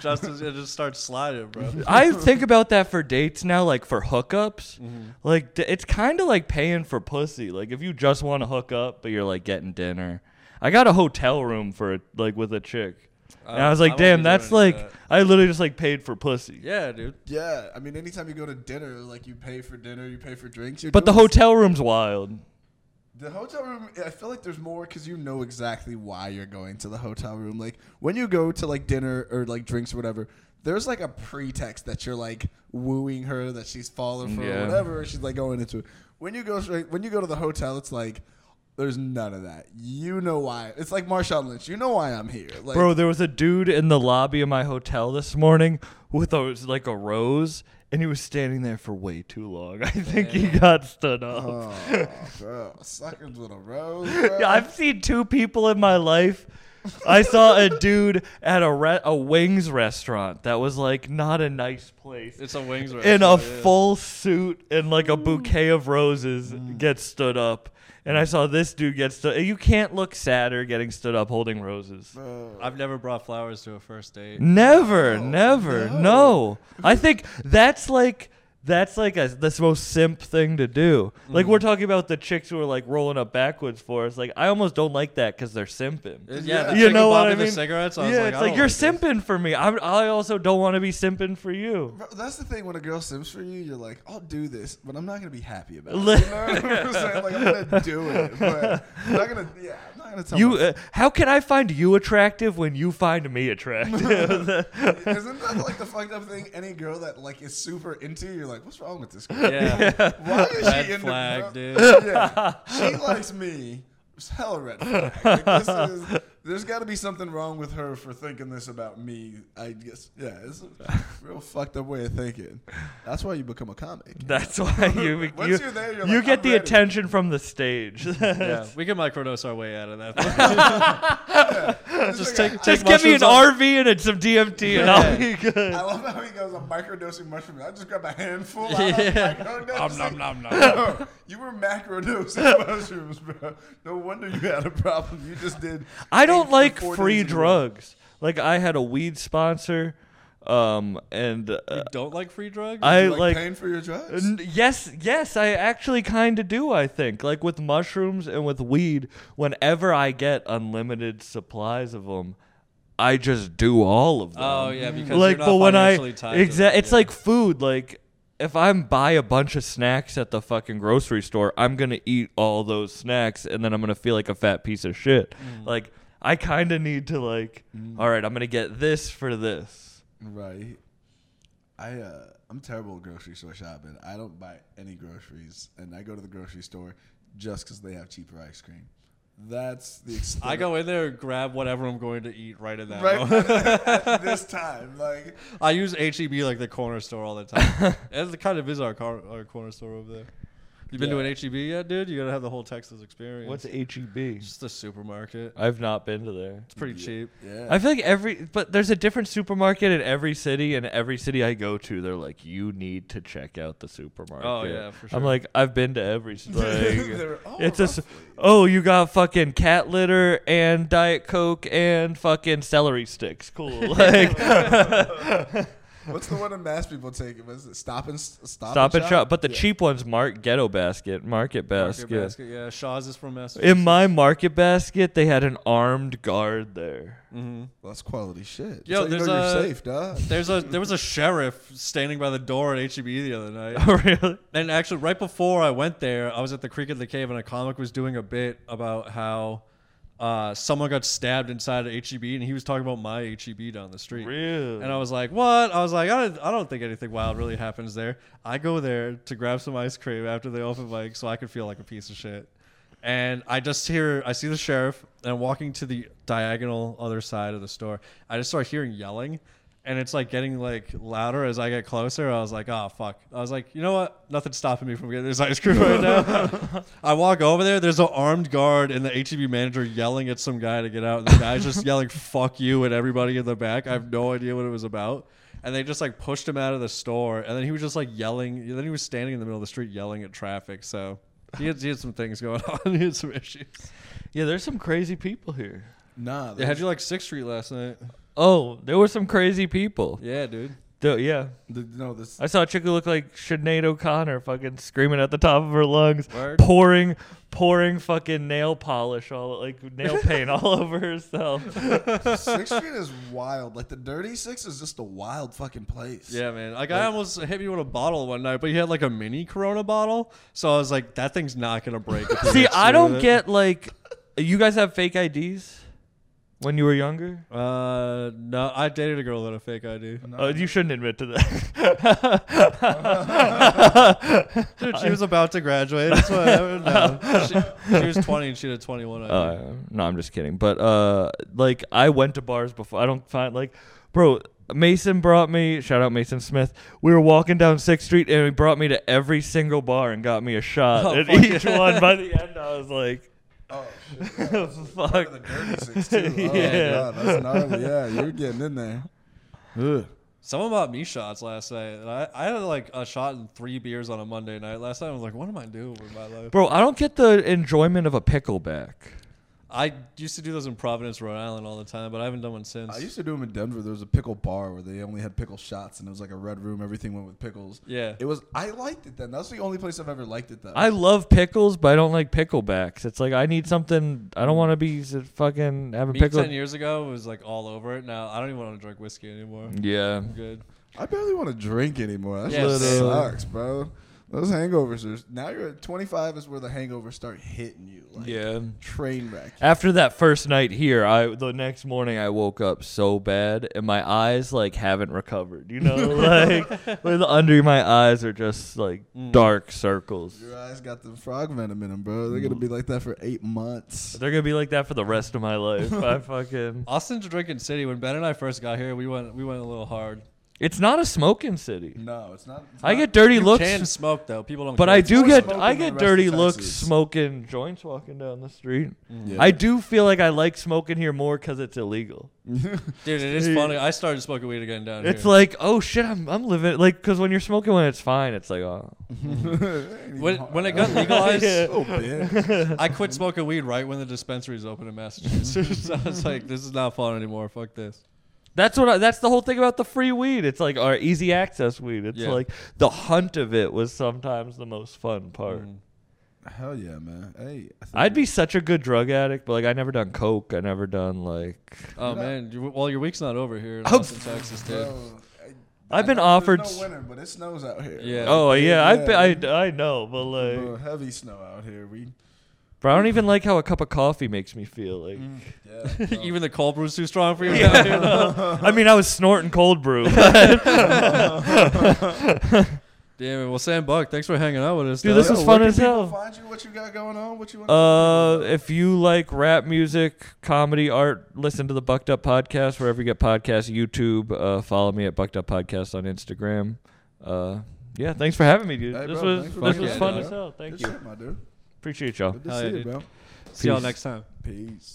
[SPEAKER 1] Just as it just starts sliding, bro.
[SPEAKER 2] I think about that for dates now, like for hookups.
[SPEAKER 1] Mm-hmm.
[SPEAKER 2] Like d- it's kind of like paying for pussy. Like if you just want to hook up, but you're like getting dinner. I got a hotel room for a, like with a chick, and I was
[SPEAKER 1] Uh, I
[SPEAKER 2] like,
[SPEAKER 1] won't
[SPEAKER 2] damn,
[SPEAKER 1] be
[SPEAKER 2] that's
[SPEAKER 1] doing
[SPEAKER 2] like
[SPEAKER 1] that.
[SPEAKER 2] I literally just like paid for pussy.
[SPEAKER 1] Yeah, dude.
[SPEAKER 3] Yeah, I mean, anytime you go to dinner, like you pay for dinner, you pay for drinks. You're
[SPEAKER 2] But the
[SPEAKER 3] doing-
[SPEAKER 2] hotel room's wild.
[SPEAKER 3] the hotel room. I feel like there's more because you know exactly why you're going to the hotel room. Like when you go to like dinner or like drinks or whatever, there's like a pretext that you're like wooing her, that she's falling for,
[SPEAKER 2] Yeah.
[SPEAKER 3] or whatever. She's like going into it. When you go straight, when you go to the hotel, it's like. There's none of that. You know why? It's like Marshawn Lynch. You know why I'm here, like,
[SPEAKER 2] Bro, there was a dude in the lobby of my hotel this morning with a like a rose, and he was standing there for way too long. I think he got stood up.
[SPEAKER 3] Oh, bro, suckers with a rose. Bro.
[SPEAKER 2] Yeah, I've seen two people in my life. I saw a dude at a re- a wings restaurant that was like not a nice place.
[SPEAKER 1] It's a wings
[SPEAKER 2] in a
[SPEAKER 1] restaurant, yeah.
[SPEAKER 2] full suit and like a bouquet of roses get stood up. And I saw this dude get stood. You can't look sadder getting stood up holding roses.
[SPEAKER 3] Bro.
[SPEAKER 1] I've never brought flowers to a first date.
[SPEAKER 2] Never, never, no. I think that's like that's like a, this most simp thing to do. Like we're talking about the chicks who are like rolling up backwards for us. Like I almost don't like that because they're simping.
[SPEAKER 1] Yeah, the
[SPEAKER 2] you
[SPEAKER 1] chicken
[SPEAKER 2] know
[SPEAKER 1] bought
[SPEAKER 2] what I
[SPEAKER 1] me
[SPEAKER 2] mean?
[SPEAKER 1] The cigarettes. I
[SPEAKER 2] yeah,
[SPEAKER 1] was like,
[SPEAKER 2] it's
[SPEAKER 1] I
[SPEAKER 2] like
[SPEAKER 1] don't
[SPEAKER 2] you're
[SPEAKER 1] this.
[SPEAKER 2] simping for me. I'm, I also don't want to be simping for you.
[SPEAKER 3] Bro, that's the thing when a girl sims for you, you're like, I'll do this, but I'm not gonna be happy about it. You know
[SPEAKER 2] Li-
[SPEAKER 3] what I'm saying? Like I'm gonna do it, but I'm not gonna. Yeah, I'm not gonna tell
[SPEAKER 2] You,
[SPEAKER 3] myself-
[SPEAKER 2] uh, how can I find you attractive when you find me attractive?
[SPEAKER 3] Isn't that like the fucked up thing? Any girl that like is super into you, you're like, what's wrong with this girl?
[SPEAKER 1] Yeah.
[SPEAKER 3] Why is
[SPEAKER 1] Red
[SPEAKER 3] she into
[SPEAKER 1] flag,
[SPEAKER 3] bro-
[SPEAKER 1] dude.
[SPEAKER 3] Yeah, she likes me. It's hella red flag. Like, this is, there's got to be something wrong with her for thinking this about me. I guess. Yeah, it's a real fucked up way of thinking. That's why you become a comic.
[SPEAKER 2] That's why you
[SPEAKER 3] Once
[SPEAKER 2] you,
[SPEAKER 3] you're there, you're
[SPEAKER 2] you
[SPEAKER 3] like,
[SPEAKER 2] get
[SPEAKER 3] "I'm
[SPEAKER 2] the
[SPEAKER 3] ready."
[SPEAKER 2] attention from the stage.
[SPEAKER 1] Yeah, we can microdose our way out of that. Just take, take
[SPEAKER 2] Just give me
[SPEAKER 1] mushrooms
[SPEAKER 2] an
[SPEAKER 1] on-
[SPEAKER 2] RV and and some DMT and I'll be good.
[SPEAKER 3] I love how he goes, I'm microdosing mushrooms. I just grab a handful.
[SPEAKER 1] Yeah.
[SPEAKER 3] I'm microdosing. Nom, nom, nom, nom. You were macrodosing mushrooms, bro. No wonder you had a problem. You just did.
[SPEAKER 2] I
[SPEAKER 3] eight
[SPEAKER 2] don't
[SPEAKER 3] to
[SPEAKER 2] like
[SPEAKER 3] four
[SPEAKER 2] free
[SPEAKER 3] days in a row.
[SPEAKER 2] drugs. Like I had a weed sponsor, um, and uh,
[SPEAKER 1] You don't like free drugs?
[SPEAKER 2] I
[SPEAKER 3] You
[SPEAKER 2] like.
[SPEAKER 3] paying for your drugs.
[SPEAKER 2] n- Yes, yes, I actually kind of do. I think, like with mushrooms and with weed, whenever I get unlimited supplies of them, I just do all of them.
[SPEAKER 1] oh yeah, because
[SPEAKER 2] like,
[SPEAKER 1] you're not
[SPEAKER 2] but when I
[SPEAKER 1] financially tied to
[SPEAKER 2] exa-
[SPEAKER 1] it,
[SPEAKER 2] it's
[SPEAKER 1] yeah.
[SPEAKER 2] like food. Like, if I'm buy a bunch of snacks at the fucking grocery store, I'm gonna eat all those snacks, and then I'm gonna feel like a fat piece of shit.
[SPEAKER 1] Mm.
[SPEAKER 2] Like, I kind of need to like, all right, I'm gonna get this for this.
[SPEAKER 3] Right. I uh, I'm terrible at grocery store shopping. I don't buy any groceries, and I go to the grocery store just because they have cheaper ice cream. That's the extent.
[SPEAKER 1] I go in there and grab whatever I'm going to eat right in that
[SPEAKER 3] right
[SPEAKER 1] moment.
[SPEAKER 3] at this time, like
[SPEAKER 1] I use HEB like the corner store all the time. and it kind of is our, car- our corner store over there. You been
[SPEAKER 3] Yeah.
[SPEAKER 1] to an HEB yet, dude? You gotta have the whole Texas experience.
[SPEAKER 2] What's HEB?
[SPEAKER 1] just a supermarket?
[SPEAKER 2] I've not been to there.
[SPEAKER 1] It's pretty cheap.
[SPEAKER 3] Uh, yeah.
[SPEAKER 2] I feel like every, but there's a different supermarket in every city, and every city I go to, they're like, you need to check out the supermarket.
[SPEAKER 1] Oh, yeah, for sure.
[SPEAKER 2] I'm like, I've been to every. s-
[SPEAKER 3] They're
[SPEAKER 2] Like,
[SPEAKER 3] all
[SPEAKER 2] it's a, s-
[SPEAKER 3] roughly.
[SPEAKER 2] oh, you got fucking cat litter and diet coke and fucking celery sticks. Cool. Like,
[SPEAKER 3] What's the one in Mass people take? Was it stop and S- stop,
[SPEAKER 2] stop and shop. But the
[SPEAKER 3] Yeah.
[SPEAKER 2] cheap ones, Mark Ghetto Basket, Market Basket.
[SPEAKER 1] Market basket, yeah. Shaw's is from Massachusetts.
[SPEAKER 2] In my Market Basket, they had an armed guard there.
[SPEAKER 3] Well, that's quality shit.
[SPEAKER 1] Yo,
[SPEAKER 3] Yo, you
[SPEAKER 1] there's
[SPEAKER 3] know
[SPEAKER 1] a-
[SPEAKER 3] you're safe, duh.
[SPEAKER 1] Mm-hmm. There's a there was a sheriff standing by the door at HEB the other night.
[SPEAKER 2] Oh, really?
[SPEAKER 1] And actually, right before I went there, I was at the Creek of the Cave, and a comic was doing a bit about how uh, someone got stabbed inside of HEB, and he was talking about my HEB down the street.
[SPEAKER 2] Really?
[SPEAKER 1] And I was like, "What?" I was like, "I don't, I don't think anything wild really happens there." I go there to grab some ice cream after the open mic, so I could feel like a piece of shit. And I just hear, I see the sheriff, and I'm walking to the diagonal other side of the store. I just start hearing yelling, and it's like getting like louder as I get closer. I was like, oh fuck. I was like, you know what? Nothing's stopping me from getting this ice cream right now. I walk over there. There's an armed guard and the HEB manager yelling at some guy to get out. And the guy's just yelling "fuck you" at everybody in the back. I have no idea what it was about. And they just like pushed him out of the store. And then he was just like yelling. Then he was standing in the middle of the street yelling at traffic. So he had, he had some things going on. he had some issues.
[SPEAKER 2] Yeah, there's some crazy people here.
[SPEAKER 3] Nah,
[SPEAKER 1] They had you like Sixth Street last night.
[SPEAKER 2] Oh, there were some crazy people.
[SPEAKER 1] Yeah, dude.
[SPEAKER 2] The- yeah.
[SPEAKER 3] The, no, this.
[SPEAKER 2] I saw a chick who looked like Sinead O'Connor fucking screaming at the top of her lungs,
[SPEAKER 1] Word.
[SPEAKER 2] pouring pouring fucking nail polish all like nail paint all over herself.
[SPEAKER 3] Sixth Street is wild. Like the Dirty Six is just a wild fucking place.
[SPEAKER 1] Yeah, man. Like, I almost hit me with a bottle one night, but he had like a mini Corona bottle, so I was like, that thing's not gonna break. if he
[SPEAKER 2] See,
[SPEAKER 1] hits
[SPEAKER 2] I
[SPEAKER 1] you
[SPEAKER 2] don't
[SPEAKER 1] with it.
[SPEAKER 2] get like you guys have fake IDs when you were younger?
[SPEAKER 1] Uh, no, I dated a girl with a fake ID.
[SPEAKER 2] Uh, you shouldn't admit to that.
[SPEAKER 1] Dude, she was about to graduate. That's what no. she, she was 20 and she had a 21. ID.
[SPEAKER 2] uh, no, I'm just kidding. But uh, like I went to bars before. I don't find like, bro. Mason brought me. Shout out Mason Smith. We were walking down Sixth Street, and he brought me to every single bar and got me a shot
[SPEAKER 1] Oh,
[SPEAKER 2] at
[SPEAKER 1] fuck.
[SPEAKER 2] each one. By the end, I was like,
[SPEAKER 3] Oh shit. yeah, this is part
[SPEAKER 2] Fuck.
[SPEAKER 3] of The Dirty Six too. Oh,
[SPEAKER 2] Yeah.
[SPEAKER 3] yeah. God, that's gnarly. Yeah, you're getting in there. Ugh.
[SPEAKER 1] Someone bought me shots last night. And I, I had like a shot and three beers on a Monday night last night. I was like, what am I doing with my life?
[SPEAKER 2] bro, I don't get the enjoyment of a pickleback.
[SPEAKER 1] I used to do those in Providence, Rhode Island all the time, but I haven't done one since.
[SPEAKER 3] I used to do them in Denver. There was a pickle bar where they only had pickle shots, and it was like a red room. Everything went with pickles.
[SPEAKER 1] Yeah.
[SPEAKER 3] It was. I liked it then. That's the only place I've ever liked it though.
[SPEAKER 2] I love pickles, but I don't like picklebacks. It's like I need something. I don't want to be s- fucking having
[SPEAKER 1] Me
[SPEAKER 2] pickle.
[SPEAKER 1] 10 years ago was like all over it. Now I don't even want to drink whiskey anymore.
[SPEAKER 2] Yeah,
[SPEAKER 1] I'm good.
[SPEAKER 3] I barely want to drink anymore. That
[SPEAKER 1] Yeah,
[SPEAKER 3] shit
[SPEAKER 1] same.
[SPEAKER 3] sucks, bro. Those hangovers are now you're at 25 is where the hangovers start hitting you. Like
[SPEAKER 2] yeah.
[SPEAKER 3] train wreck.
[SPEAKER 2] After that first night here, I the next morning I woke up so bad and my eyes like haven't recovered. You know, like with under my eyes are just like dark circles.
[SPEAKER 3] Your eyes got the frog venom in them, bro. They're gonna be like that for eight months.
[SPEAKER 2] They're gonna be like that for the rest of my life. I fucking.
[SPEAKER 1] Austin's a drinking city. When Ben and I first got here, we went we went a little hard.
[SPEAKER 2] It's not a smoking city.
[SPEAKER 3] No, it's not. it's
[SPEAKER 2] I
[SPEAKER 3] not-
[SPEAKER 2] get dirty
[SPEAKER 1] You
[SPEAKER 2] looks,
[SPEAKER 1] can smoke though. People don't.
[SPEAKER 2] but
[SPEAKER 1] care.
[SPEAKER 2] I
[SPEAKER 1] It's more
[SPEAKER 2] do
[SPEAKER 3] more
[SPEAKER 2] get
[SPEAKER 1] smoke.
[SPEAKER 3] smoking
[SPEAKER 2] I
[SPEAKER 3] than
[SPEAKER 2] get
[SPEAKER 3] the rest
[SPEAKER 2] dirty
[SPEAKER 3] of
[SPEAKER 2] looks
[SPEAKER 3] Texas.
[SPEAKER 2] smoking joints walking down the street.
[SPEAKER 3] Yeah.
[SPEAKER 2] I do feel like I like smoking here more because it's illegal.
[SPEAKER 1] dude. It is funny. I started smoking weed again down
[SPEAKER 2] It's
[SPEAKER 1] here.
[SPEAKER 2] like, oh shit, I'm I'm living like because when you're smoking when it's fine, it's like oh
[SPEAKER 1] when, when it got legalized,
[SPEAKER 3] oh, man.
[SPEAKER 1] I quit smoking weed right when the dispensaries opened in Massachusetts. I was like, this is not fun anymore. Fuck this.
[SPEAKER 2] That's what. I, that's the whole thing about the free weed. It's like our easy access weed. It's
[SPEAKER 1] Yeah.
[SPEAKER 2] like the hunt of it was sometimes the most fun part.
[SPEAKER 1] Mm.
[SPEAKER 3] Hell yeah, man. Hey, I think
[SPEAKER 2] I'd be such a good drug addict, but like I never done coke. I never done like.
[SPEAKER 1] Oh man, you, well your week's not over here in
[SPEAKER 2] Oh,
[SPEAKER 1] Austin, Texas, dude.
[SPEAKER 3] Bro, I-
[SPEAKER 2] I've
[SPEAKER 3] I
[SPEAKER 2] been
[SPEAKER 3] know
[SPEAKER 2] offered
[SPEAKER 3] There's
[SPEAKER 2] s-
[SPEAKER 3] no winter, but it snows out here.
[SPEAKER 1] Yeah.
[SPEAKER 2] Oh yeah, I've
[SPEAKER 3] Yeah. Uh-huh.
[SPEAKER 2] been, I I know, but
[SPEAKER 3] Bro,
[SPEAKER 2] like,
[SPEAKER 3] heavy snow out here. We.
[SPEAKER 2] but I don't even like how a cup of coffee makes me feel. Like,
[SPEAKER 1] Mm.
[SPEAKER 3] Yeah.
[SPEAKER 1] Even the cold brew's too strong for you.
[SPEAKER 2] Yeah.
[SPEAKER 1] down here, though.
[SPEAKER 2] I mean, I was snorting cold brew.
[SPEAKER 1] Damn it. Well, Sam Buck, thanks for hanging out with us.
[SPEAKER 2] Dude,
[SPEAKER 1] dog.
[SPEAKER 2] this was
[SPEAKER 3] Yo,
[SPEAKER 2] fun
[SPEAKER 3] where
[SPEAKER 2] as
[SPEAKER 3] can people
[SPEAKER 2] hell.
[SPEAKER 3] Find you what you got going on. What you want.
[SPEAKER 2] Uh, if you like rap music, comedy, art, listen to the Bucked Up Podcast wherever you get podcasts. YouTube, uh, follow me at Bucked Up Podcast on Instagram. Uh, yeah, thanks for having me, dude.
[SPEAKER 3] Hey,
[SPEAKER 2] this
[SPEAKER 3] bro,
[SPEAKER 2] was
[SPEAKER 3] thanks for
[SPEAKER 2] this
[SPEAKER 1] being
[SPEAKER 2] was
[SPEAKER 1] here,
[SPEAKER 2] fun
[SPEAKER 1] dog.
[SPEAKER 2] as hell. Thank
[SPEAKER 3] Good
[SPEAKER 2] you, Oh.
[SPEAKER 3] shit, my dude.
[SPEAKER 2] appreciate y'all.
[SPEAKER 3] Good to
[SPEAKER 1] Hell
[SPEAKER 3] see
[SPEAKER 1] yeah,
[SPEAKER 3] you,
[SPEAKER 1] dude.
[SPEAKER 3] bro.
[SPEAKER 1] See y'all
[SPEAKER 2] Peace.
[SPEAKER 1] next time.
[SPEAKER 3] Peace.